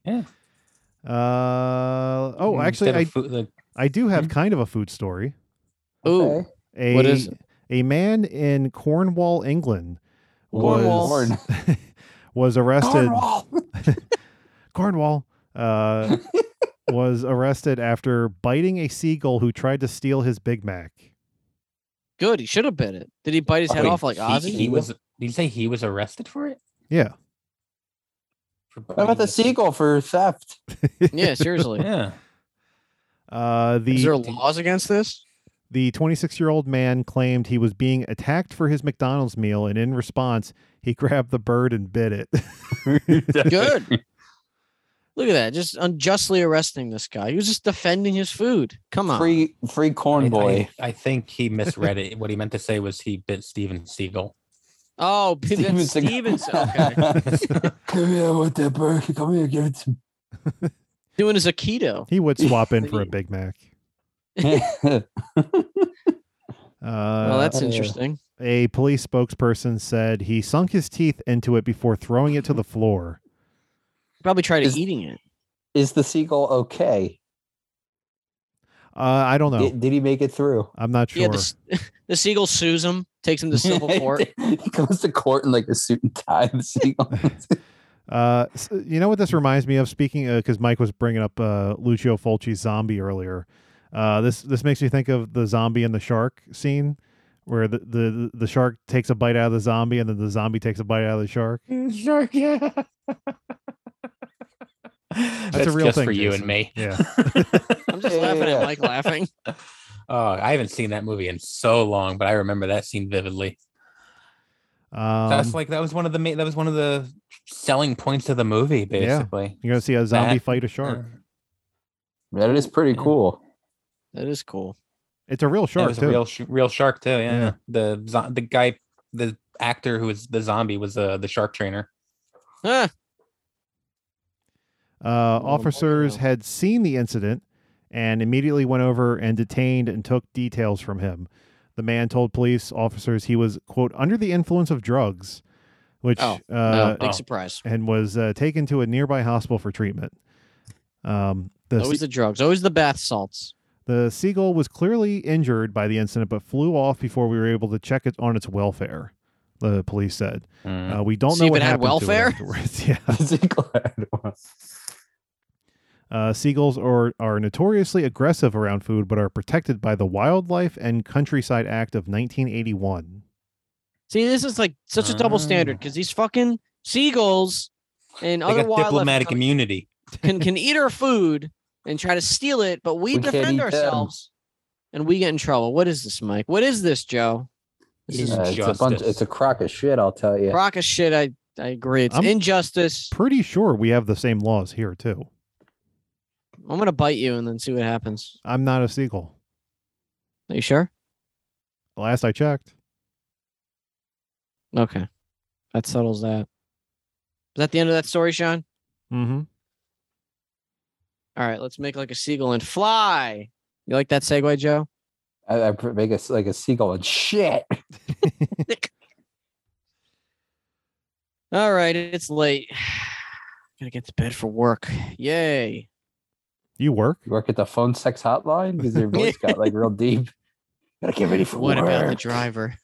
Uh, oh, Mm, actually, instead I, of food, like- I do have kind of a food story. hmm? Ooh. A, What is it? A man in Cornwall, England Cornwall. was, was arrested. Cornwall. Cornwall, uh, was arrested after biting a seagull who tried to steal his Big Mac. Good. He should have bit it. Did he bite his head Wait, off like he- Ozzy? He was. Did you say he was arrested for it? Yeah. What about the seagull for theft? Yeah, seriously. Yeah. Uh, the Is there laws against this? The 26 year old man claimed he was being attacked for his McDonald's meal, and in response, he grabbed the bird and bit it. Good. Look at that. Just unjustly arresting this guy. He was just defending his food. Come on. Free free corn I- boy. I, I think he misread it. What he meant to say was he bit Steven Seagal. Oh, Steven Stevenson. Stevenson. Okay. Come here with that burger. Come here, give it to me. Doing his Aikido. he would swap in for a Big Mac. Uh, Well, that's interesting. A police spokesperson said he sunk his teeth into it before throwing it to the floor. Probably tried eating it. Is the seagull okay? Uh, I don't know. Did, did he make it through? I'm not sure. Yeah, the, s- the seagull sues him, takes him to civil court. he goes to court in like a suit and tie. The seagull. Uh, s- you know what this reminds me of? Speaking because Mike was bringing up uh, Lucio Fulci's zombie earlier. Uh, this this makes me think of the zombie and the shark scene, where the, the the shark takes a bite out of the zombie and then the zombie takes a bite out of the shark. Shark, yeah. That's, That's a real just thing for you Jason. and me. Yeah. I'm just laughing at Mike laughing. Oh, I haven't seen that movie in so long, but I remember that scene vividly. Um, That's like that was one of the ma- that was one of the selling points of the movie, yeah. basically. You're gonna see a zombie That- fight a shark. That is pretty cool. That is cool. It's a real Yeah, it shark was too. a real sh- real shark too. Yeah, Yeah. the zo- the guy, the actor who was the zombie was uh, the shark trainer. Ah, Uh, officers had seen the incident and immediately went over and detained and took details from him. The man told police officers he was, quote, under the influence of drugs, which, Oh, no, uh, big surprise. and was uh, taken to a nearby hospital for treatment. Um, the, always the drugs, always the bath salts. the seagull was clearly injured by the incident, but flew off before we were able to check it on its welfare. The police said, uh, "We don't See know if what it had happened to welfare? afterwards. yeah, Uh, seagulls are, are notoriously aggressive around food, but are protected by the Wildlife and Countryside Act of 1981. See, this is like such a double standard because these fucking seagulls and Ah. They other got wildlife diplomatic can- immunity. can can eat our food and try to steal it, but we, We can't eat defend them. ourselves and we get in trouble. What is this, Mike? What is this, Joe? This is Yeah, it's a bunch. It's a crock of shit. I'll tell you. crock of shit. I I agree. It's I'm injustice. Pretty sure we have the same laws here too. I'm gonna bite you and then see what happens. I'm not a seagull. Are you sure? Last I checked, Okay, that settles that. Is that the end of that story, Sean? mm-hmm. All right, let's make like a seagull and fly. You like that segue, Joe? I, I pr- make a s- like a seagull and shit. All right, it's late. Gotta get to bed for work. Yay. you work. You work at the phone sex hotline because your voice got like real deep. I get ready for What about the work. driver?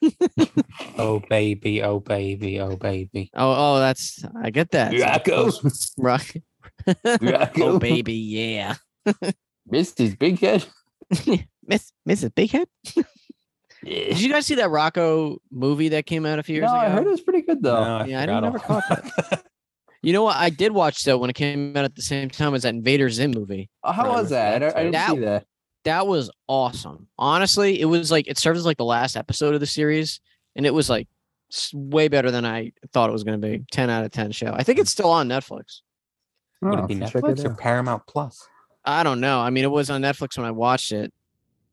oh baby, oh baby, oh baby. Oh, oh, that's I get that. Rocco's. Rock. Rocco. oh baby, yeah. Misty's big head. Miss Mrs. Bighead. Yeah. Did you guys see that Rocco movie that came out a few years No, ago? I heard it was pretty good though. No, I yeah, forgot I all- didn't ever caught that. You know what? I did watch though when it came out at the same time as that Invader Zim movie. Oh, how was that? I, don't- I didn't That- see that. That was awesome. Honestly, it was like it served as like the last episode of the series, and it was like s- way better than I thought it was going to be. Ten out of ten show. I think it's still on Netflix. Would Oh, it be check it Netflix or out. Paramount Plus? I don't know. I mean, it was on Netflix when I watched it,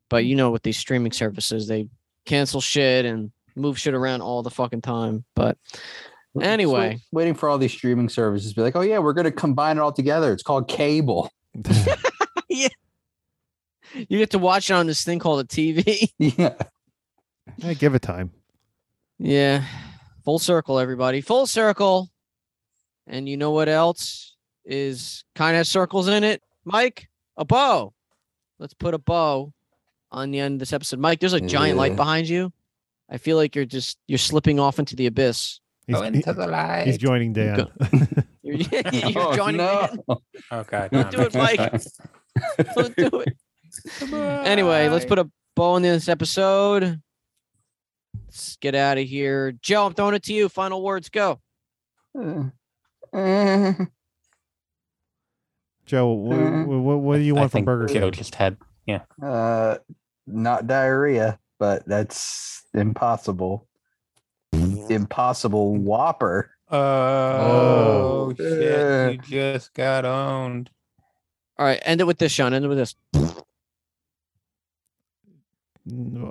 but you know, with these streaming services, they cancel shit and move shit around all the fucking time. But Just anyway, wait- waiting for all these streaming services to be like, oh yeah, we're gonna combine it all together. It's called cable. you get to watch it on this thing called a TV. Yeah. Eh, give it time. Yeah. Full circle, everybody. Full circle. And you know what else is kind of circles in it? Mike, a bow. Let's put a bow on the end of this episode. Mike, there's a giant light Yeah. behind you. I feel like you're just you're slipping off into the abyss. He's, he- light. he's joining Dan. You're, you're Oh, joining no. in. Okay. Don't do it, Mike. Don't do it. Anyway, let's put a bow on this episode. Let's get out of here. Joe, I'm throwing it to you. Final words go. Uh, Joe, what, what, what do you I want from think Burger Joe King? just had yeah. Uh, not diarrhea, but that's impossible. Mm-hmm. Impossible Whopper. Uh, Oh, shit, Uh, shit! you You just got owned. All right, end it with this, Sean. End it with this. N-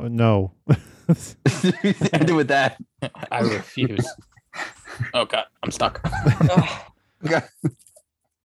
uh, No. End it with that. I refuse. oh god, I'm stuck. Okay.